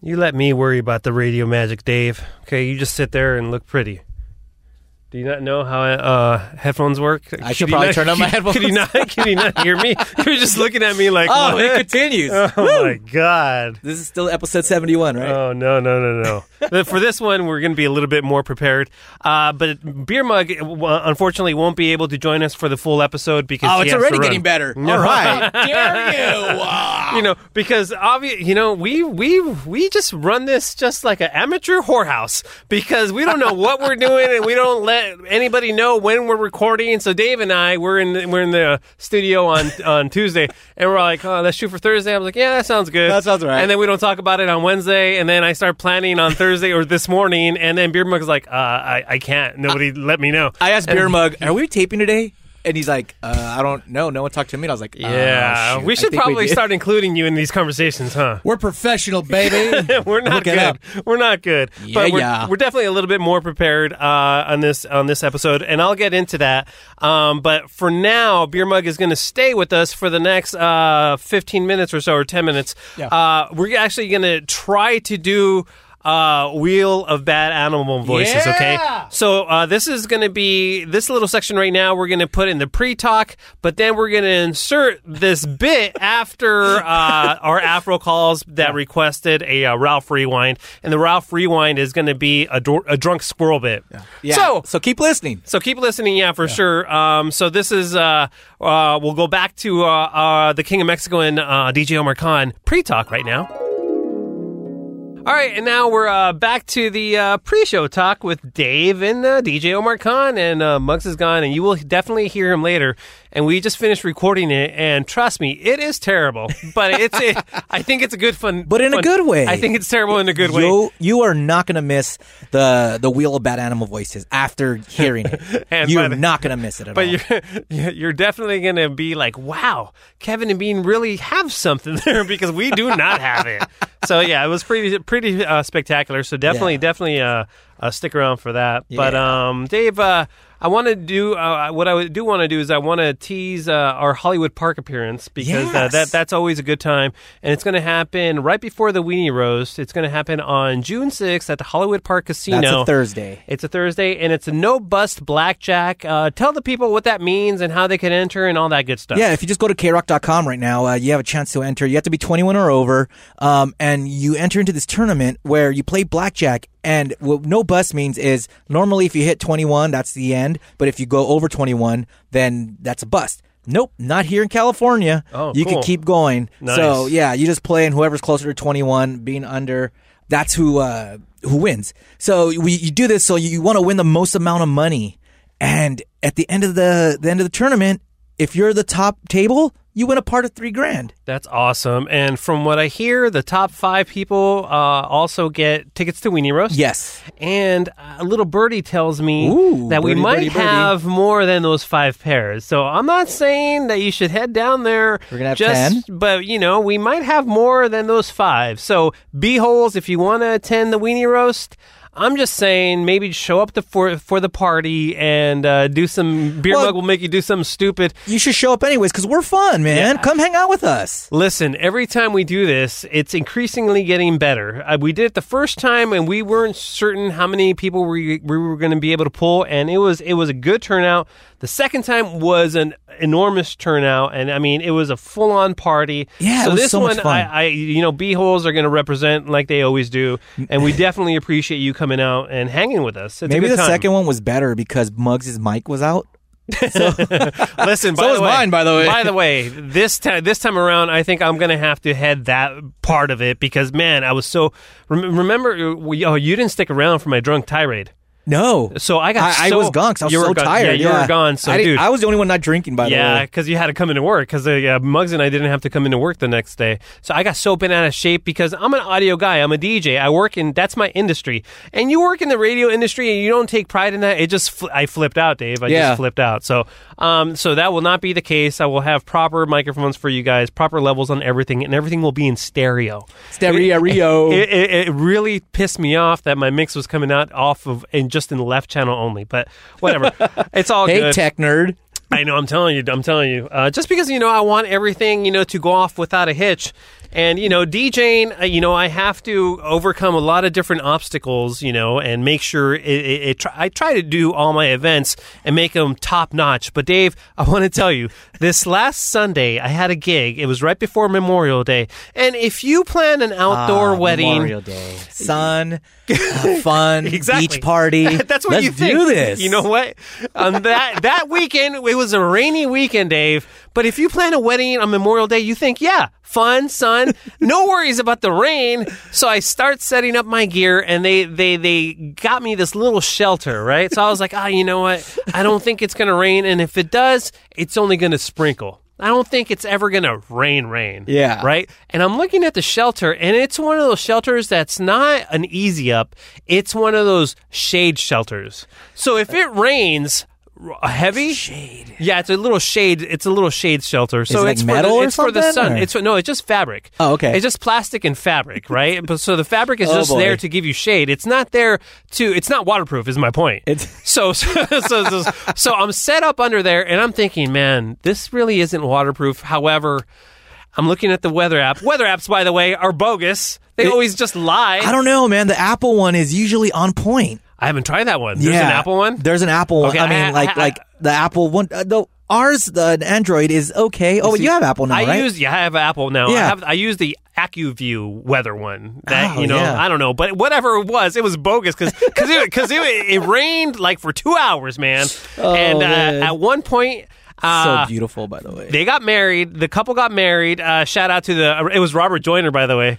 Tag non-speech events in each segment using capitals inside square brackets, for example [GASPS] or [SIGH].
You let me worry about the radio magic, Dave. Okay, you just sit there and look pretty. Do you not know how uh, headphones work? I should probably not- turn on my headphones. Could he not? Could he not hear me? [LAUGHS] He was just looking at me like, [LAUGHS] Oh, it "What?" continues. Oh my god. This is still episode 71, right? Oh no no [LAUGHS] no no! But For this one, we're going to be a little bit more prepared. Uh, but Beer Mug, uh, unfortunately, won't be able to join us for the full episode because oh, he it's has to already run. getting better. No. All right. Dare you? Ah. You know, because obvious, you know, we we we just run this just like an amateur whorehouse because we [LAUGHS] don't know what we're doing and we don't let anybody know when we're recording. So Dave and I, we're in we're in the studio on on Tuesday, and we're like, oh, let's shoot for Thursday. I was like, yeah, that sounds good. That sounds right. And then we don't talk about it on Wednesday, and then I start planning on Thursday or this morning, and then Beer Mug's like, uh, I I can't. Nobody let me know. I asked Beer Mug, are we taping today? And he's like, uh, I don't know. No one talked to me. And I was like, oh, yeah, shoot. I we should think probably did. start including you in these conversations, huh? We're professional, baby. [LAUGHS] we're not Look it good. up. We're not good. Yeah, but we're, yeah. we're definitely a little bit more prepared uh, on this on this episode, and I'll get into that. Um, but for now, Beer Mug is going to stay with us for the next uh, fifteen minutes or so, or ten minutes. Yeah. Uh, we're actually going to try to do. Uh, Wheel of Bad Animal Voices, okay? Yeah. So uh, this is going to be this little section right now. We're going to put in the pre-talk, but then we're going to insert this bit after uh, our Afro calls that requested a uh, Ralph rewind, and the Ralph rewind is going to be a, dor- a drunk squirrel bit. Yeah. So. So, keep listening. So keep listening, yeah, for sure. Um, so this is uh, uh, we'll go back to uh, uh, the King of Mexico and uh, DJ Omar Khan pre-talk right now. All right, and now we're uh, back to the uh, pre-show talk with Dave and uh, DJ Omar Khan, and uh, Muggs is gone, and you will definitely hear him later. And we just finished recording it, and trust me, it is terrible, but it's [LAUGHS] it, I think it's a good fun, But in a fun- good way. I think it's terrible in a good way. You, you are not going to miss the the Wheel of Bad Animal Voices after hearing it. [LAUGHS] And by you're the- not going to miss it [LAUGHS] at But all. you're you're definitely gonna be like, wow, Kevin and Bean really have something [LAUGHS] there because we do not have it. So yeah, it was pretty pretty uh, spectacular. So definitely Yeah. definitely uh, uh, stick around for that. But um, Dave, uh, I want to do uh, what I do want to do is I want to tease uh, our Hollywood Park appearance because uh, Yes. that that's always a good time, and it's going to happen right before the Weenie Roast. It's going to happen on June 6th at the Hollywood Park Casino. That's a [LAUGHS] Thursday. It's a Thursday, and it's a no bust blackjack. Uh, tell the people what that means and how they can enter and all that good stuff. Yeah, if you just go to krock.com right now, uh, you have a chance to enter. You have to be 21 or over, um, and you enter into this tournament where you play blackjack. And what no bust means is normally if you hit 21, that's the end. But if you go over 21, then that's a bust. Nope, not here in California. Oh, you cool. can keep going. So Nice. yeah, you just play, and whoever's closer to 21, being under, that's who uh, who wins. So we, you do this so you want to win the most amount of money, and at the end of the the end of the tournament, if you're the top table, you win a part of three grand. That's awesome. And from what I hear, the top five people uh, also get tickets to Weenie Roast. Yes, And a little birdie tells me Ooh, that we birdie, might birdie, birdie. have more than those five pairs. So I'm not saying that you should head down there. We're gonna have just, 10. But, you know, we might have more than those five. So, B-holes, if you want to attend the Weenie Roast, I'm just saying maybe show up the, for, for the party and uh, do some... Beer Well- Mug will make you do something stupid. you should show up anyways because we're fun, man. Come hang out with us. Listen, every time we do this, it's increasingly getting better. Uh, we did it the first time, and we weren't certain how many people we, we were going to be able to pull, and it was it was a good turnout. The second time was an enormous turnout, and I mean, it was a full on party. Yeah, it so was this so one, much fun. I, I you know, b holes are going to represent like they always do, and [LAUGHS] we definitely appreciate you coming out and hanging with us. It's a Maybe good the time. second one was better because Muggs' mic was out. Listen, by So the is way, mine, by the way. By the way, this time this time around, I think I'm gonna have to head that part of it because man, I was so. Rem- remember, we, oh, you didn't stick around for my drunk tirade, No, so I got. I, I so, was gone because I was you were so gone. tired. Yeah, you were gone. So I, didn't- dude. I was the only one not drinking. By the yeah, way, because you had to come into work because uh, yeah, Muggs and I didn't have to come into work the next day. So I got so bent out of shape because I'm an audio guy. I'm a DJ. I work in that's my industry, and you work in the radio industry and you don't take pride in that. It just fl- I flipped out, Dave. I Yeah. just flipped out. So um, so that will not be the case. I will have proper microphones for you guys, proper levels on everything, and everything will be in stereo. Stereo. It, it, it really pissed me off that my mix was coming out off of and just in the left channel only. But [LAUGHS] whatever, it's all Hey, good. tech nerd. I know. I'm telling you. I'm telling you. Uh, just because you know, I want everything you know to go off without a hitch, And you know, DJing, uh, you know, I have to overcome a lot of different obstacles, you know, and make sure it. it, it try, I try to do all my events and make them top notch. But Dave, I want to tell you, this last Sunday I had a gig. It was right before Memorial Day, and if you plan an outdoor wedding, Memorial Day. Ah, sun, [LAUGHS] uh, fun, Exactly. beach [LAUGHS] party. That's what Let's you think. do this. You know what? On that that weekend, it was a rainy weekend, Dave. But if you plan a wedding on Memorial Day, you think, yeah, fun, sun, no worries about the rain. So I start setting up my gear, and they they they got me this little shelter, right? So I was like, ah, you know what? I don't think it's gonna rain, and if it does, it's only gonna sprinkle. I don't think it's ever gonna rain, rain. Yeah. right right? And I'm looking at the shelter, and it's one of those shelters that's not an easy up. It's one of those shade shelters. So if it rains r- heavy shade yeah it's a little shade it's a little shade shelter so it like it's for metal the, or it's for the something, sun or- it's no it's just fabric Oh, okay. it's just plastic and fabric right but so the fabric is Oh, just boy. there to give you shade it's not there to it's not waterproof is my point [LAUGHS] It's- so so, so so so I'm set up under there, and I'm thinking, man, this really isn't waterproof. However, I'm looking at the weather app. Weather apps, by the way, are bogus. They always just lie. I don't know, man. The Apple one is usually on point. I haven't tried that one. There's an Apple one. There's an Apple one. Okay, I I- mean, I- like I- like the Apple one. Uh, the ours, the Android is okay. Oh, wait, you have Apple now, I right? use yeah, I have Apple now. I Yeah. have I use the AccuView weather one. That Oh, you know, yeah. I don't know, but whatever it was, it was bogus because because it, 'cause it, it rained like for two hours, man. [LAUGHS] and Oh, man. Uh, at one point, uh, so beautiful, by the way. They got married. The couple got married. Uh, shout out to the. It was Robert Joyner, by the way.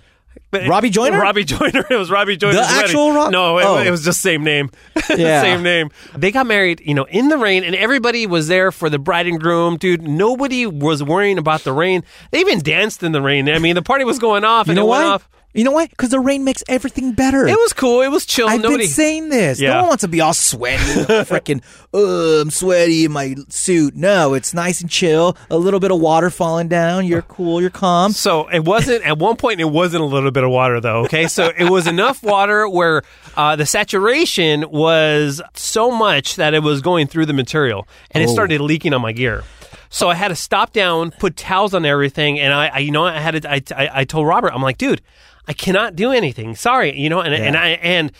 But- Robbie Joyner? Robbie [LAUGHS] Joyner. It was Robbie Joyner. actual Rob- No, it, Oh. it was just same name. [LAUGHS] Yeah. same name. They got married, you know, in the rain, and everybody was there for the bride and groom. Dude, nobody was worrying about the rain. They even danced in the rain. I mean, the party was going off, you and know it why? went off. You know why? Because the rain makes everything better. It was cool. It was chill. I've nobody. been saying this. Yeah. No one wants to be all sweaty, [LAUGHS] freaking. Uh, I'm sweaty in my suit. No, it's nice and chill. A little bit of water falling down. You're cool. You're calm. So it wasn't at one point. It wasn't a little bit of water though. Okay, so it was enough water where uh, the saturation was so much that it was going through the material and it started leaking on my gear. So I had to stop down, put towels on everything, and I, I you know, I had to, I, I, I told Robert, I'm like, dude, I cannot do anything. Sorry, you know, and and I and.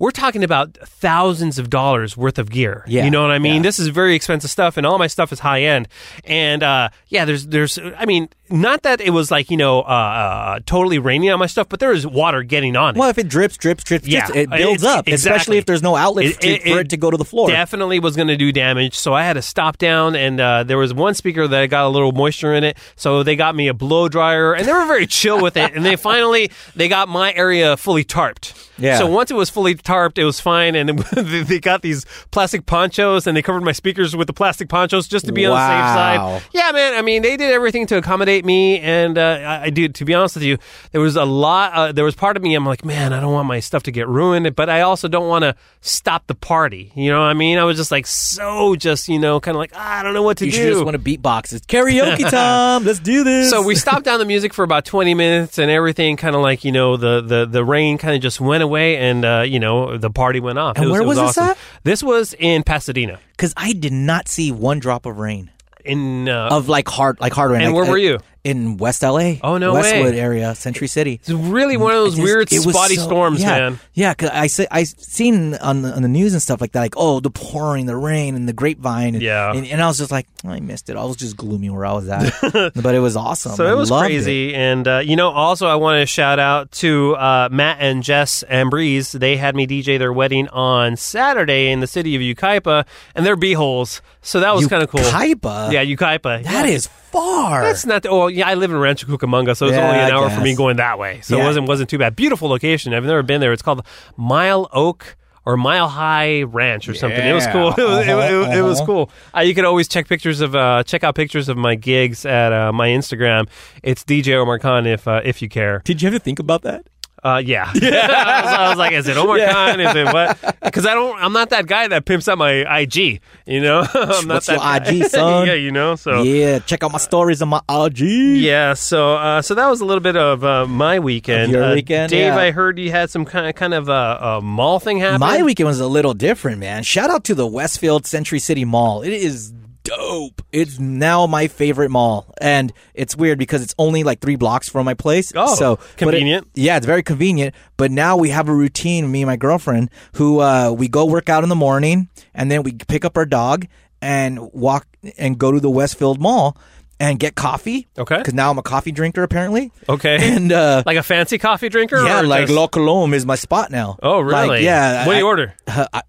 We're talking about thousands of dollars worth of gear. Yeah. You know what I mean? This is very expensive stuff, and all my stuff is high end. And uh, yeah, there's there's I mean, not that it was like you know uh, uh, totally raining on my stuff, but there was water getting on it. Well, if it drips, drips, drips, Yeah, drips, it builds it's- up, exactly. especially if there's no outlet It- to- it- for it it to go to the floor. Definitely was going to do damage, so I had to stop down. And uh, there was one speaker that got a little moisture in it, so they got me a blow dryer, and they were very chill with it. And they finally they got my area fully tarped. Yeah. So once it was fully tarped, it was fine. And [LAUGHS] they they got these plastic ponchos, and they covered my speakers with the plastic ponchos just to be on the safe Wow. side. Yeah, man. I mean, they did everything to accommodate me, and uh, I, I did. To be honest with you, there was a lot. Uh, there was part of me. I'm like, man, I don't want my stuff to get ruined, but I also don't want to stop the party. You know what I mean? I was just like, so just you know, kind of like, "Ah, I don't know what to you do. should just want to beatbox. [LAUGHS] It's karaoke time. Let's do this. So we stopped down the music for about 20 minutes and everything kind of like, you know, the, the, the rain kind of just went away and, uh, you know, the party went off. And it was, where it was, was this awesome. at? This was in Pasadena. because I did not see one drop of rain In uh, of like hard, like hard rain. And Like, where were uh, you? In West LA. Oh, no way. Westwood area, Century City. it's really one of those Just- weird it was spotty so- storms, yeah, man. Yeah, cause I se- I seen on the, on the news and stuff like that, like oh the pouring, the rain, and the grapevine. And, Yeah. and, and I was just like, "Oh, I missed it. I was just gloomy where I [LAUGHS] was at, but it was awesome. So I it was loved crazy, and uh, you know, also I want to shout out to uh, Matt and Jess and Breeze. They had me DJ their wedding on Saturday in the city of Yucaipa, and they're beeholes. So that was kind of cool. Yucaipa? yeah, Yucaipa. That is far. That's not. The, well, yeah, I live in Rancho Cucamonga, so it's Yeah, only an I hour for me guess. going that way. So it Yeah. wasn't wasn't too bad. Beautiful location. I've never been there. It's called Mile Oak or Mile High Ranch or something. It was Yeah. cool. [LAUGHS] It was, it, was- it was Uh-huh. cool. Uh, you can always check pictures of uh, check out pictures of my gigs at uh, my Instagram. It's DJ Omar Khan if uh, if you care. Did you have to think about that? Uh, [LAUGHS] yeah, [LAUGHS] I, was, I was like, is it Omar Khan? Is it what? Because I don't. I'm not that guy that pimps out my IG. You know, [LAUGHS] I'm not What's that your guy. [LAUGHS] IG, son? yeah, you know. So Yeah, check out my stories on my IG. Yeah, so uh, so that was a little bit of uh, my weekend. Of your Uh, weekend, Dave. yeah. I heard you had some kind of, kind of uh, a mall thing happen. My weekend was a little different, man. Shout out to the Westfield Century City Mall. It is dope. It's now my favorite mall, and it's weird because it's only like three blocks from my place. Oh, so but it- convenient. yeah, it's very convenient. But now we have a routine, me and my girlfriend, who uh, we go work out in the morning and then we pick up our dog and walk and go to the Westfield Mall and get coffee. Okay. Because now I'm a coffee drinker, apparently. Okay. And uh, [LAUGHS] like a fancy coffee drinker? yeah, or like just- La Colombe is my spot now. Oh, really? Like, yeah. What do you I- order? I,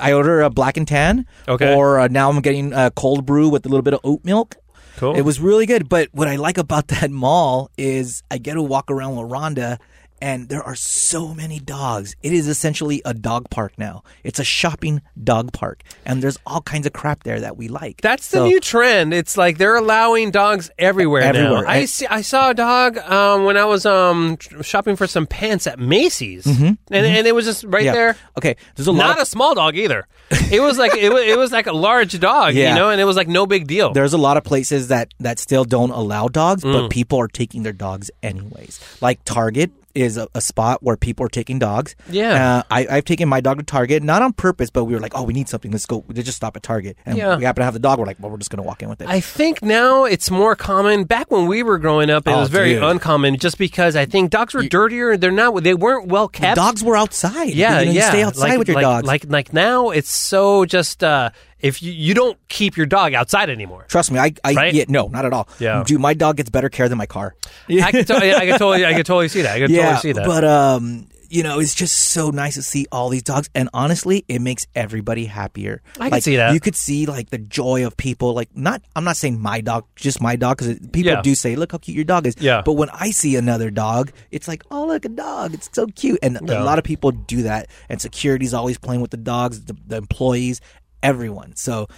I order a black and tan. Okay. Or uh, now I'm getting a cold brew with a little bit of oat milk. Cool. It was really good. But what I like about [LAUGHS] that mall is I get to walk around with Rhonda. And there are so many dogs. It is essentially a dog park now. It's a shopping dog park, and there's all kinds of crap there that we like. That's the So- new trend. It's like they're allowing dogs everywhere, Everywhere. now. I And- see, I saw a dog um, when I was um, tr- shopping for some pants at Macy's, and, and it was just right Mm-hmm. yeah. there. Okay, there's a lot. Not of- a small dog either. It was like it was, it was like a large dog, Yeah. you know, and it was like no big deal. there's a lot of places that that still don't allow dogs, Mm. but people are taking their dogs anyways. Like Target is a, a spot where people are taking dogs. Yeah. uh, I, I've taken my dog to Target not on purpose, but we were like, oh, we need something. Let's go. They just stop at Target, and Yeah. we happen to have the dog. We're like, well, we're just gonna walk in with it. I think now it's more common. Back when we were growing up, it Oh, was very dude. uncommon, just because I think dogs were dirtier. They're not. They weren't well kept. dogs were outside. Yeah, you know, yeah. You stay outside like, with your like, dogs. Like like now, it's so just uh, if you you don't keep your dog outside anymore. Trust me, I, I Right? yeah, no, not at all. Yeah. dude, my dog gets better care than my car. I could, to- I could totally, I could totally see that. I could totally see that. But um, you know, it's just so nice to see all these dogs, and honestly, it makes everybody happier. I can like, see that. You could see like the joy of people. Like, not I'm not saying my dog, just my dog, because people Yeah. do say, "Look how cute your dog is." Yeah. But when I see another dog, it's like, "Oh, look a dog! It's so cute!" And Yeah. a lot of people do that. And security's always playing with the dogs, the, the employees, everyone. So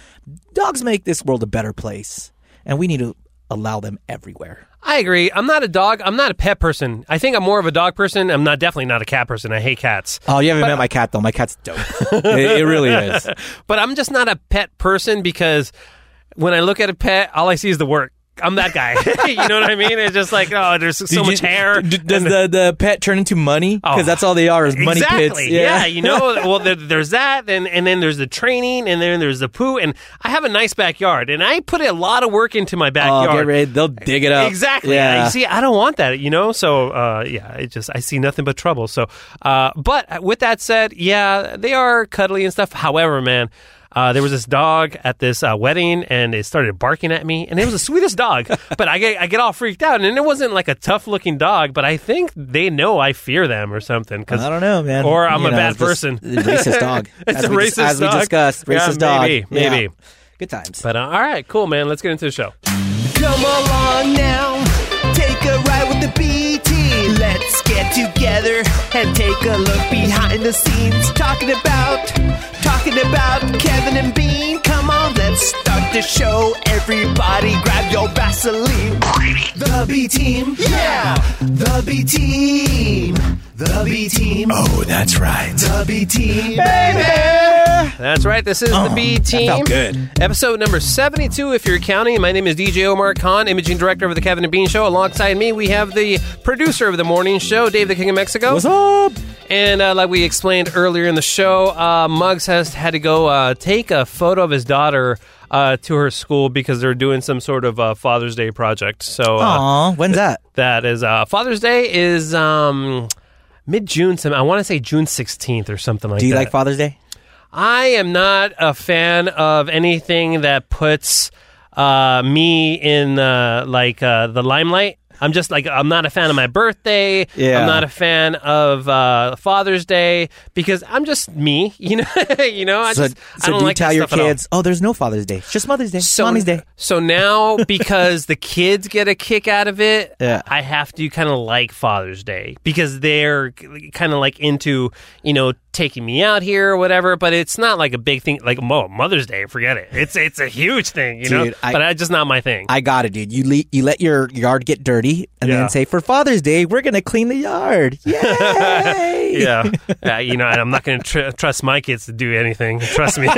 dogs make this world a better place, and we need to allow them everywhere. I agree. I'm not a dog. I'm not a pet person. I think I'm more of a dog person. I'm not definitely not a cat person. I hate cats. Oh, you haven't met my cat though. My cat's dope. [LAUGHS] it, it really is. But I'm just not a pet person because when I look at a pet, all I see is the work. I'm that guy. [LAUGHS] you know what I mean? It's just like, oh, there's so much hair. does the, the pet turn into money? Because Oh. that's all they are is money exactly. pits. Yeah. you know, [LAUGHS] well, there, there's that, and and then there's the training, and then there's the poo, and I have a nice backyard, and I put a lot of work into my Oh, backyard. get ready. They'll dig it up. Exactly. Yeah. You see, I don't want that, you know? So, uh, yeah, it just, I see nothing but trouble. So, uh, but with that said, yeah, they are cuddly and stuff. However, man, uh, there was this dog at this uh, wedding and it started barking at me and it was the sweetest dog, [LAUGHS] but I get, I get all freaked out and it wasn't like a tough looking dog, but I think they know I fear them or something. Cause I don't know, man. Or I'm You a know, bad just person. Racist dog. [LAUGHS] It's as a we, racist As dog. we discussed, Yeah, racist dog. maybe, maybe. Yeah. Good times. But uh, all right, cool, man. Let's get into the show. Come along now, take a ride with the BT. Let's get together and take a look behind the scenes. Talking about, talking about Kevin and Bean. Come on, let's start the show. Everybody grab your Vaseline. The B team, yeah! The B team, the B team. Oh, that's right. The B team, baby! That's right. This is the B team. Oh, felt good. Episode number 72, if you're counting. My name is DJ Omar Khan, imaging director of the Kevin and Bean Show. Alongside me, we have the producer of the morning show, Dave the King of Mexico. What's up? And uh, like we explained earlier in the show, uh, Muggs has had to go uh, take a photo of his daughter uh, to her school because they're doing some sort of uh, Father's Day project. So uh, Aw, when's that? that is uh, Father's Day is um, mid June. Some I want to say June 16th or something like that. Do you like Father's Day? I am not a fan of anything that puts uh, me in uh, like uh, the limelight. I'm just like I'm not a fan of my birthday. Yeah. I'm not a fan of uh, Father's Day because I'm just me. You know, [LAUGHS] you know. [LAUGHS] I so just I so don't do you like that tell your stuff at all. kids, oh, there's no Father's Day. It's just Mother's Day. Mommy's Day. So [LAUGHS] now, because the kids get a kick out of it, Yeah. I have to kind of like Father's Day because they're kind of like into you know taking me out here or whatever. But it's not like a big thing. Like Mo Mother's Day, forget it. It's it's a huge thing, you know. Dude, I- but I just not my thing. I got it, dude. You le- you let your yard get dirty and Yeah. then say for Father's Day we're gonna clean the yard. Yay! Yay! [LAUGHS] Yeah, yeah, you know, and I'm not going to tr- trust my kids to do anything. Trust me, [LAUGHS]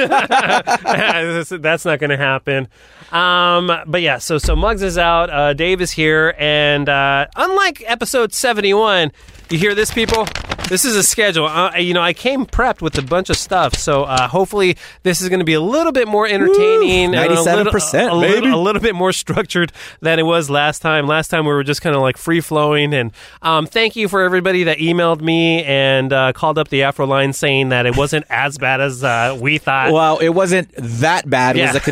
That's- that's not going to happen. Um, but yeah, so so Muggs is out. Uh, Dave is here, and uh, unlike episode 71, you hear this, people. This is a schedule. Uh, you know, I came prepped with a bunch of stuff, so uh, hopefully this is going to be a little bit more entertaining. and a little- 97%, a little- baby. a a little bit more [LAUGHS] structured than it was last time. Last time we were just kind of like free flowing. And um, thank you for everybody that emailed me and uh, called up the Afro line saying that it wasn't [LAUGHS] as bad as uh, we thought. Well, it wasn't that bad. Yeah. Was the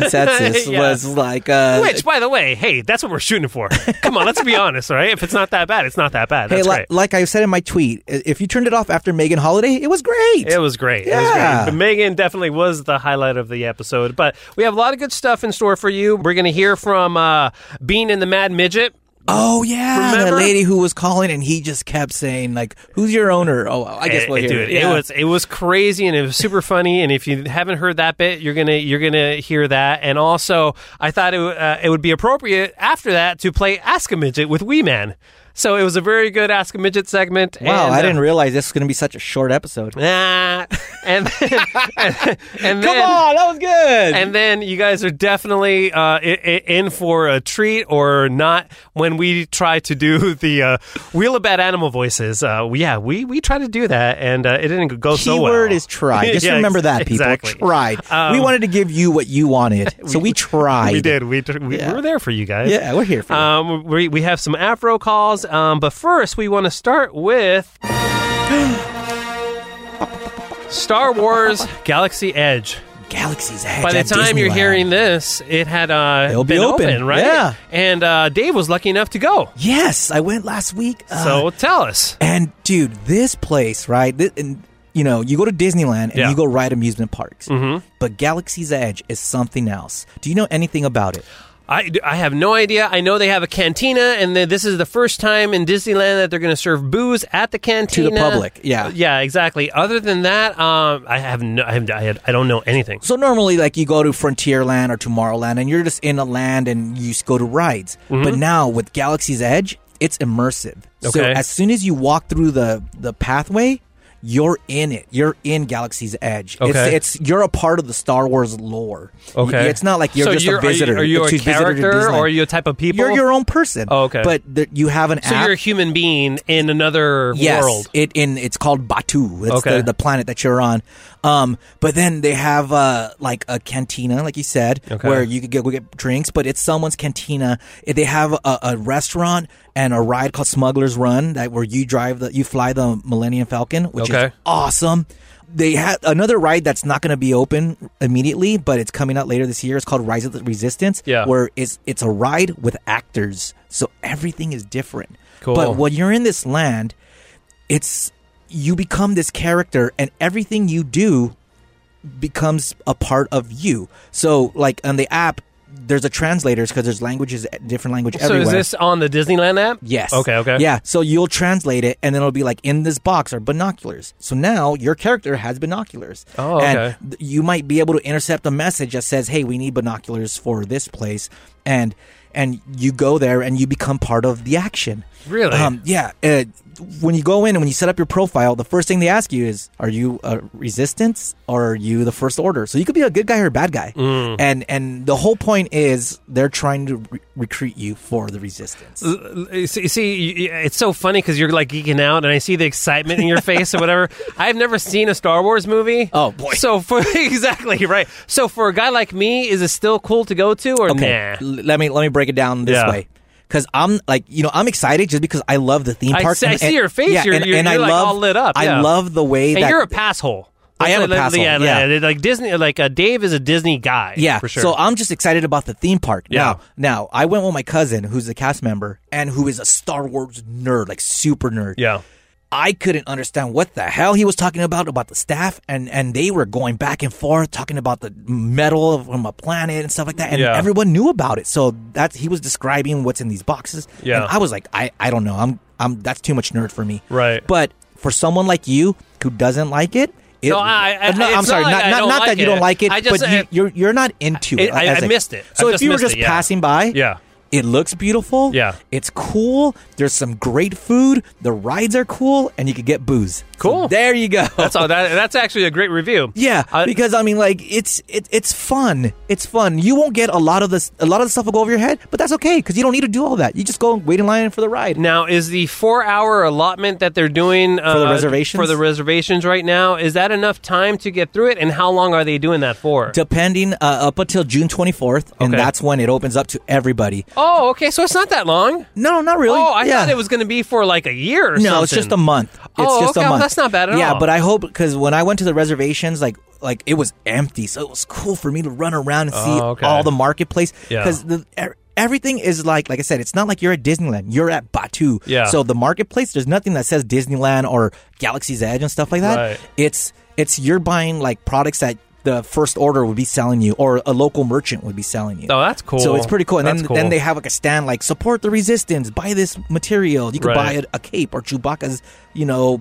[LAUGHS] consensus Yeah. was like uh, Which, by the way, hey, that's what we're shooting for. Come on, let's be honest, all right? If it's not that bad, it's not that bad. hey, That's li- great. like I said in my tweet, i- if you turned it off after Megan Holiday, it was great. It was great. It was Yeah. great. But Megan definitely was the highlight of the episode. But we have a lot of good stuff in store for you. We're going to hear from uh, Bean and the Mad Midget. oh yeah, Remember? the lady who was calling and he just kept saying like, "Who's your owner?" Oh, well, I guess It- we'll it- hear Eh, dude, it was it was crazy and it was super funny. And if you haven't heard that bit, you're gonna you're gonna hear that. And also, I thought it w- uh, it would be appropriate after that to play Ask a Midget with Wee Man. So it was a very good Ask a Midget segment. Wow, and, I uh, didn't realize this was going to be such a short episode. Nah, and then, and, and Come then, on, that was good. and then you guys are definitely uh, i- i- in for a treat or not when we try to do [LAUGHS] the uh, Wheel of Bad Animal voices. Uh, we- yeah, we, we try to do that, and uh, it didn't go so well. Keyword [LAUGHS] is try. Just Yeah, remember ex- that, people. Exactly. Um, Try. we wanted to give you what [LAUGHS] you wanted, so we tried. We did. We, tr- we, Yeah. we were there for you guys. Yeah, we're here for you. Um, we, we have some Afro calls, um, but first we want to start with [GASPS] Star Wars Galaxy Edge. Galaxy's Edge. By the at time you're Disneyland. hearing this, it had uh, It'll be been open, right? yeah. And uh, Dave was lucky enough to go. yes, I went last week. Uh, So tell us. and dude, this place, right? This, and you know, you go to Disneyland and Yeah. Mm-hmm. you go ride amusement parks, but Galaxy's Edge is something else. Do you know anything about it? I, I have no idea. I know they have a cantina, and th- this is the first time in Disneyland that they're going to serve booze at the cantina Uh, public, yeah. yeah, exactly. Other than that, um, I have no, I, have, I, had, I don't know anything. So normally, like you go to Frontierland or Tomorrowland, and you're just in a land and you just go to rides. Mm-hmm. But now with Galaxy's Edge, it's immersive. So Okay. as soon as you walk through the the pathway, you're in it. You're in Galaxy's Edge. Okay. It's, it's you're a part of the Star Wars lore. Y- Okay. it's not like you're So just you're- a are you- visitor. are you a to visitor to character, Disneyland. or are you a type of people? You're your own person. Oh, okay. But th- you have an So app. you're a human being in another Yes, world. it in it's called Batu. That's Okay. the, the planet that you're on. Um, but then they have uh, like a cantina, like you said, Okay. where you could go, go get drinks. But it's someone's cantina. Eh, They have a, a restaurant and a ride called Smuggler's Run that where you drive the you fly the Millennium Falcon, which Okay. is awesome. They had another ride that's not going to be open immediately, but it's coming out later this year. It's called Rise of the Resistance, Yeah. where it's it's a ride with actors, so everything is different. Cool. But when you're in this land, it's you become this character and everything you do becomes a part of you so like on the app there's a translators because there's languages different language so everywhere is this on the Disneyland app? yes Okay. Okay. yeah so you'll translate it and then it'll be like in this box are binoculars so now your character has binoculars Oh, okay. and th- you might be able to intercept a message that says hey we need binoculars for this place and and you go there and you become part of the action Really? um, yeah. Uh, when you go in and when you set up your profile, the first thing they ask you is, "Are you a resistance or are you the first order?" So you could be a good guy or a bad guy, Mm. and and the whole point is they're trying to re- recruit you for the resistance. You See, you see, y- it's so funny because you're like geeking out, and I see the excitement in your face or whatever. [LAUGHS] I've never seen a Star Wars movie. Oh, boy. So for [LAUGHS] exactly right. So for a guy like me, is it still cool to go to or Okay, nah? l- let me let me break it down this Yeah. way. Because I'm like you know I'm excited just because I love the theme I park. see- I see your face. Yeah, You're- and, you're- and you're, I like, love all lit up, yeah. I love the way And that you're a passhole. I am a Like, passhole, yeah. like Disney, like uh, Dave is a Disney guy. Yeah, for sure. So I'm just excited about the theme park. Yeah. Now, now I went with my cousin, who's a cast member and who is a Star Wars nerd, like super nerd. yeah. I couldn't understand what the hell he was talking about about the staff, and and they were going back and forth talking about the metal from a planet and stuff like that, and Yeah. everyone knew about it. So that's he was describing what's in these boxes. Yeah. and I was like, I I don't know, I'm I'm that's too much nerd for me. Right. but for someone like you who doesn't like it. It, No, I- I- am it's not sorry. like not I not, don't not like that you it. don't like it, I just- but you, I- you're you're not into it. I- I as a- missed it. I So if just you were missed just it, yeah. passing by, Yeah. It looks beautiful. Yeah. It's cool. There's some great food. The rides are cool, and you could get booze. Cool. So there you go. That's all. That, that's actually a great [LAUGHS] review. Yeah, Uh, because I mean, like it's it, it's fun. It's fun. You won't get a lot of this. A lot of the stuff will go over your head, but that's okay because you don't need to do all that. You just go and wait in line for the ride. Now, is the four-hour allotment that they're doing uh, the reservations? for the reservations right now is that enough time to get through it? And how long are they doing that for? Depending uh, up until June 24th, and Okay. that's when it opens up to everybody. oh, okay, so it's not that long. No, not really. Oh, I yeah. thought it was going to be for like a year. or No, something. it's just a month. It's Oh, just okay, a well, month. that's not bad at yeah, all. Yeah, but I hope because when I went to the reservations, like like it was empty, so it was cool for me to run around and see Oh, okay. all the marketplace Yeah. because the. Er, Everything is like, like I said, it's not like you're at Disneyland. You're at Batu. Yeah. So the marketplace, there's nothing that says Disneyland or Galaxy's Edge and stuff like that. Right. It's it's you're buying like products that the first order would be selling you or a local merchant would be selling you. Oh, that's cool. So it's pretty cool. And That's then cool. then they have like a stand like support the resistance, buy this material. You could buy Right. a, a cape or Chewbacca's, you know,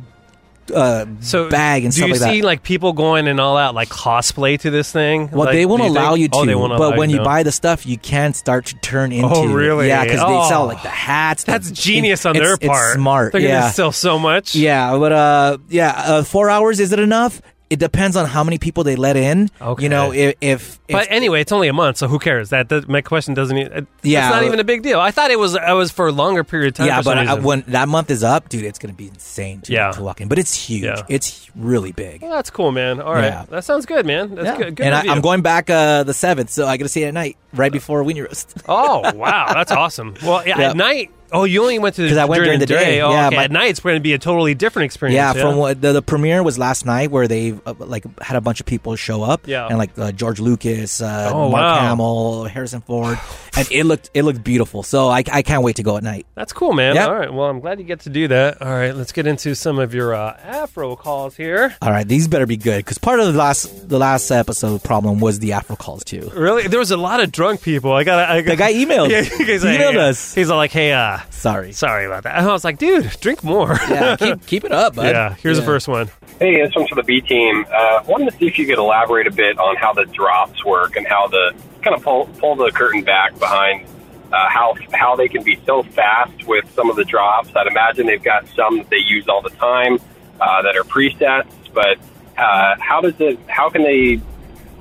uh, so bag and do stuff you like see that. like people going and all out like cosplay to this thing? Well, Like, they won't do allow think- you to, Oh, they won't allow but when you to. buy the stuff, you can start to turn into. Oh, really? Yeah, because they Oh. sell like the hats. the- that's genius on it's- their it's part. smart. They're yeah, going to sell so much. yeah, but uh, yeah, uh, four hours is it enough? It depends on how many people they let in. Okay. You know, if, if, if But anyway, it's only a month, so who cares? That, that my question doesn't. Even, Yeah. it's not even a big deal. I thought it was. I was for a longer period of time. yeah, for some but I, reason. when that month is up, dude, it's gonna be insane to, Yeah. to walk in. But it's huge. Yeah. It's really big. Well, that's cool, man. All right, Yeah. that sounds good, man. That's good. good and I, review. Uh, I'm going back uh, the seventh, so I gotta see it at night, right before Weenie [LAUGHS] Roast. [LAUGHS] Oh wow, that's awesome. Well, yeah, Yeah. at night. Oh, you only went to the I went during the day. Oh, Yeah, okay. my- at night it's going to be a totally different experience. yeah, from what the, the premiere was last night, where they uh, like had a bunch of people show up. Yeah. and like uh, George Lucas, uh, Oh, Mark wow. Hamill, Harrison [SIGHS] Ford, and it looked it looked beautiful. So I, I can't wait to go at night. That's cool, man. Yeah. All right. Well, I'm glad you get to do that. All right, let's get into some of your uh, Afro calls here. All right, these better be good because part of the last the last episode problem was the Afro calls too. Really, there was a lot of drunk people. I got. I, The guy [LAUGHS] emailed. Yeah, he he's like, emailed hey, us. He's like, hey, uh, Sorry. sorry about that. And I was like, dude, drink more. yeah, [LAUGHS] keep, keep it up, bud. Yeah, here's the first one. Hey, this one's for the B team. Uh, wanted to see if you could elaborate a bit on how the drops work and how the kind of pull, pull the curtain back behind uh, how how they can be so fast with some of the drops. I'd imagine they've got some that they use all the time uh, that are presets, but uh, how does it? How can they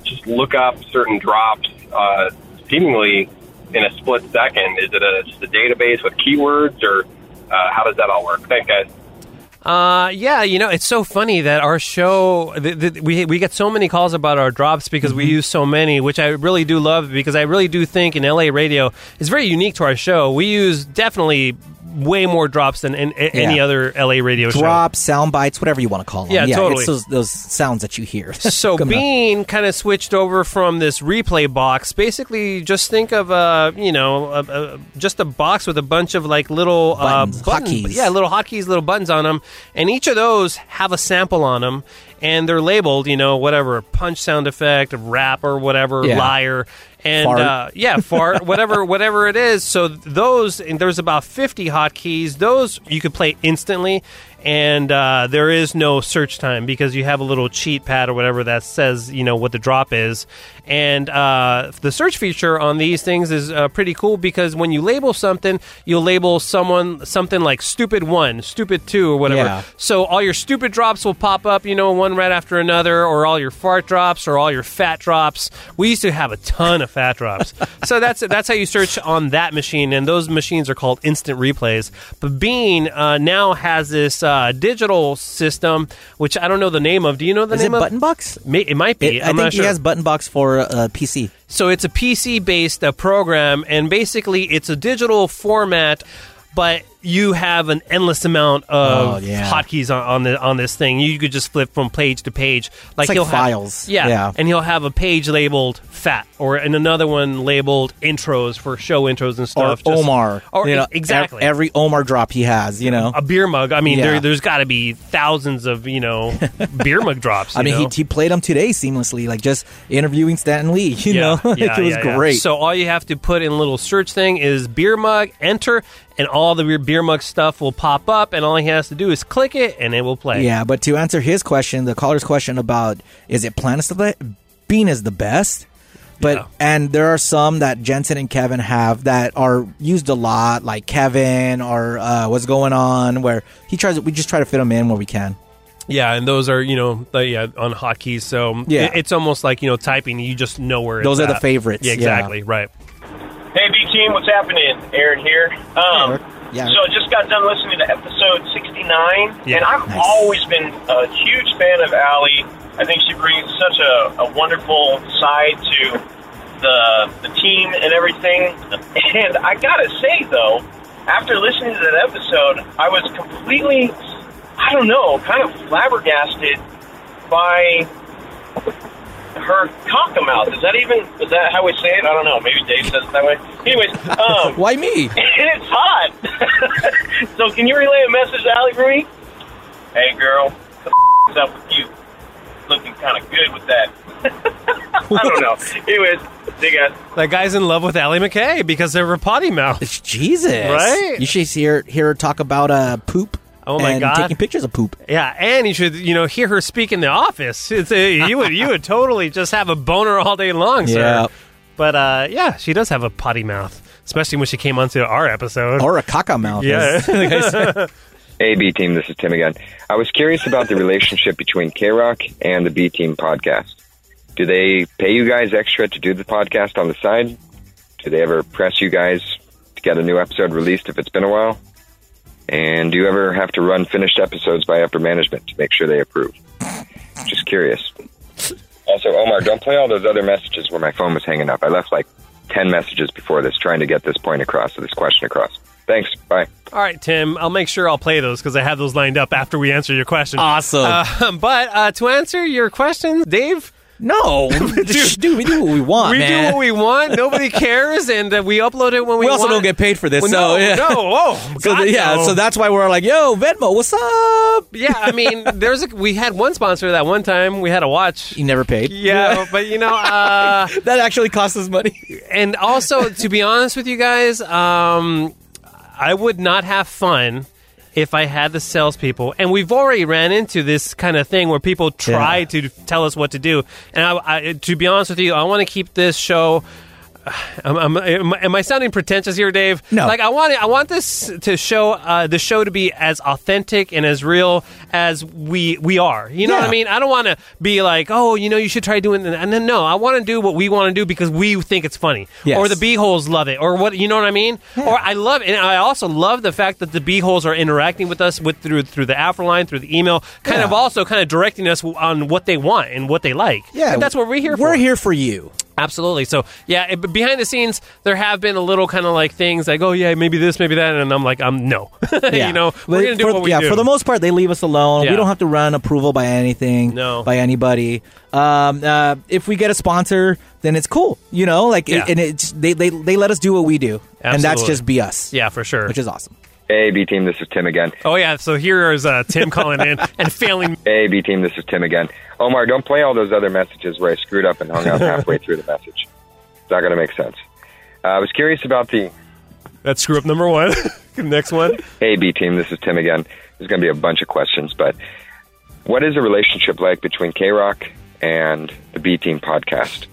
just look up certain drops uh, seemingly in a split second? Is it a, just a database with keywords, or uh, how does that all work? Thanks, guys. Uh, yeah, you know, it's so funny that our show, th- th- we, we get so many calls about our drops because Mm-hmm. we use so many, which I really do love because I really do think in LA radio is very unique to our show. We use definitely way more drops than an, a- any Yeah. other LA radio show. Drop, sound bites, whatever you want to call them. Yeah, totally. It's those, those sounds that you [LAUGHS] hear. [LAUGHS] So Coming up. Bean kind of switched over from this replay box. Basically, just think of a you know a, a, just a box with a bunch of like little Buttons, uh, button- hotkeys. Yeah, little hotkeys, little buttons on them, and each of those have a sample on them, and they're labeled. You know, whatever punch sound effect, rap or whatever, Yeah. liar. And Fart. Uh, yeah, fart, [LAUGHS] whatever, whatever it is. So th- those, and there's about 50 hotkeys. Those you could play instantly, and uh, there is no search time because you have a little cheat pad or whatever that says you know what the drop is. And uh, the search feature on these things is uh, pretty cool because when you label something, you'll label someone something like stupid one, stupid two, or whatever. Yeah. So all your stupid drops will pop up, you know, one right after another, or all your fart drops, or all your fat drops. We used to have a ton of fat drops. so that's that's how you search on that machine, and those machines are called instant replays. But Bean uh, now has this uh, digital system, which I don't know the name of. Do you know the Is it name of? button box? May- It might be. It- I I'm think not he sure. has button box for uh, PC. So it's a PC based uh, program, and basically it's a digital format, but you have an endless amount of Oh, yeah. hotkeys on, on, the, on this thing. You could just flip from page to page. Like, like he'll files. Have, yeah, Yeah. And he'll have a page labeled fat, or and another one labeled intros for show intros and Or stuff. just- Omar. Or, e, you know, exactly. ev- Every Omar drop he has, you know. a beer mug. I mean, Yeah. there, there's got to be thousands of you know beer mug drops. [LAUGHS] I you mean, know? he, he played them today seamlessly, like just interviewing Stanton Lee, [LAUGHS] you know. like, it was yeah, yeah. great. So all you have to put in little search thing is beer mug, enter, and all the beer- beer mug stuff will pop up, and all he has to do is click it, and it will play. Yeah, but to answer his question, the caller's question about is it Planet the Bean is the best? But Yeah. and there are some that Jensen and Kevin have that are used a lot, like Kevin or uh, what's going on, where he tries. We just try to fit them in where we can. Yeah, and those are you know the, yeah on hotkeys, so Yeah. it- it's almost like you know typing. You just know where Those it's are the at. favorites, Yeah, yeah. exactly. Right. Hey, B Team, what's happening? Aaron here. Um, Eric. Yeah. So I just got done listening to episode 69, Yeah. and I've Nice. always been a huge fan of Allie. I think she brings such a, a wonderful side to the, the team and everything. And I gotta say, though, after listening to that episode, I was completely, I don't know, kind of flabbergasted by her cockamouth. Is that even, is that how we say it? I don't know. Maybe Dave says it that way. Anyways, um, [LAUGHS] Why me? [LAUGHS] it's hot. [LAUGHS] so can you relay a message to Allie for me? Hey, girl, the f- is up with you? Looking kind of good with that. [LAUGHS] I don't [LAUGHS] know. Anyways, see you guys. That guy's in love with Allie McKay because they're a potty mouth. It's Jesus, Right? You should hear hear her talk about uh, poop. Oh my and God. Taking pictures of poop. Yeah, and you should you know hear her speak in the office. It's a, you would you would totally just have a boner all day long, sir. Yeah. But uh, yeah, she does have a potty mouth, especially when she came onto our episode. or a caca mouth. Yeah. as the [LAUGHS] guy said. Hey, B team, this is Tim again. I was curious about the relationship between K Rock and the B team podcast. Do they pay you guys extra to do the podcast on the side? Do they ever press you guys to get a new episode released if it's been a while? And do you ever have to run finished episodes by upper management to make sure they approve? Just curious. Also, Omar, don't play all those other messages where my phone was hanging up. I left like 10 messages before this trying to get this point across, or this question across. Thanks. Bye. All right, Tim, I'll make sure I'll play those because I have those lined up after we answer your question. Awesome. Uh, [LAUGHS] but uh, to answer your questions, Dave, [LAUGHS] no, dude, we do what we want, we man. do what we want. [LAUGHS] Nobody cares, and uh, we upload it when we. We also want. don't get paid for this, Well, so no, yeah. no, oh, [LAUGHS] so God, the- yeah, no. so that's why we're like, yo, Venmo, what's up? yeah. I mean, there's a, we had one sponsor that one time we had a watch. You never paid. Yeah, but you know, uh, [LAUGHS] that actually costs us money. and also to be honest with you guys, um, I would not have fun if I had the salespeople. And we've already ran into this kind of thing where people try Yeah. to tell us what to do. And I, I, to be honest with you, I want to keep this show. [SIGHS] I'm, I'm, am, I- am I sounding pretentious here, Dave? No. Like I want it- I want this to show uh, the show to be as authentic and as real as we we are. You know what I Yeah. mean? I don't want to be like, oh, you know, you should try doing. That. And then no, I want to do what we want to do because we think it's funny, Yes. or the bee holes love it, or what you know what I mean? Or I love it. And I also love the fact that the bee holes are interacting with us with through through the after line, through the email, kind of Yeah. also kind of directing us on what they want and what they like. and that's what we're here for. We're here for you. Absolutely. So yeah, it, but behind the scenes, there have been a little kind of like things like, oh yeah, maybe this, maybe that, and I'm like, um, no, [LAUGHS] you know, we're But gonna do for, what we yeah, do. for the most part, they leave us alone. Yeah. We don't have to run approval by anything, No. by anybody. Um, uh, if we get a sponsor, then it's cool, you know. Like, Yeah. it, and it's they, they they let us do what we do, and that's Absolutely. just be us, yeah, for sure. which is awesome. Hey, B team, this is Tim again. oh yeah. So here is uh, Tim [LAUGHS] calling in and failing. Hey, B team, this is Tim again. Omar, don't play all those other messages where I screwed up and hung up [LAUGHS] halfway through the message. It's not going to make sense. Uh, I was curious about the That's screw up number one. [LAUGHS] Next one. Hey, B team, this is Tim again. There's going to be a bunch of questions, but what is the relationship like between K Rock and the B team podcast?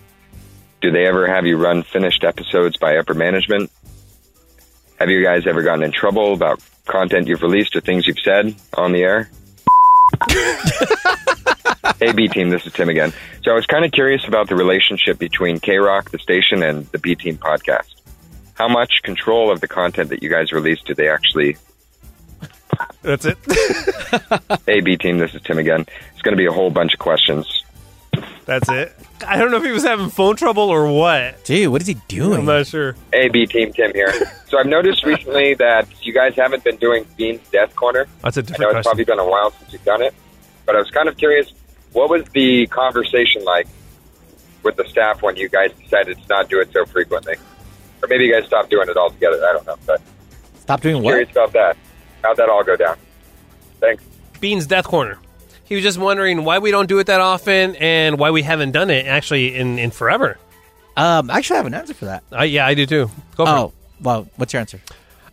Do they ever have you run finished episodes by upper management? Have you guys ever gotten in trouble about content you've released or things you've said on the air? [LAUGHS] hey, B team, this is Tim again. So I was kind of curious about the relationship between K Rock, the station, and the B team podcast. How much control of the content that you guys release do they actually That's it. [LAUGHS] [LAUGHS] Hey, B team, this is Tim again. It's going to be a whole bunch of questions. That's it. I don't know if he was having phone trouble or what. Dude, what is he I'm doing? not sure. Hey, B team, Tim [LAUGHS] here. so I've noticed recently that you guys haven't been doing Bean's Death Corner. That's a I know different it's question. probably been a while since you've done it, but I was kind of curious what was the conversation like with the staff when you guys decided to not do it so frequently? Or maybe you guys stopped doing it altogether. I don't know, but Stop doing what? curious about that. How'd that all go down? Thanks. Bean's Death Corner. He was just wondering why we don't do it that often and why we haven't done it actually in in forever. Um, I actually have an answer for that. I, yeah, I do too. Go for it. Oh, well, what's your answer?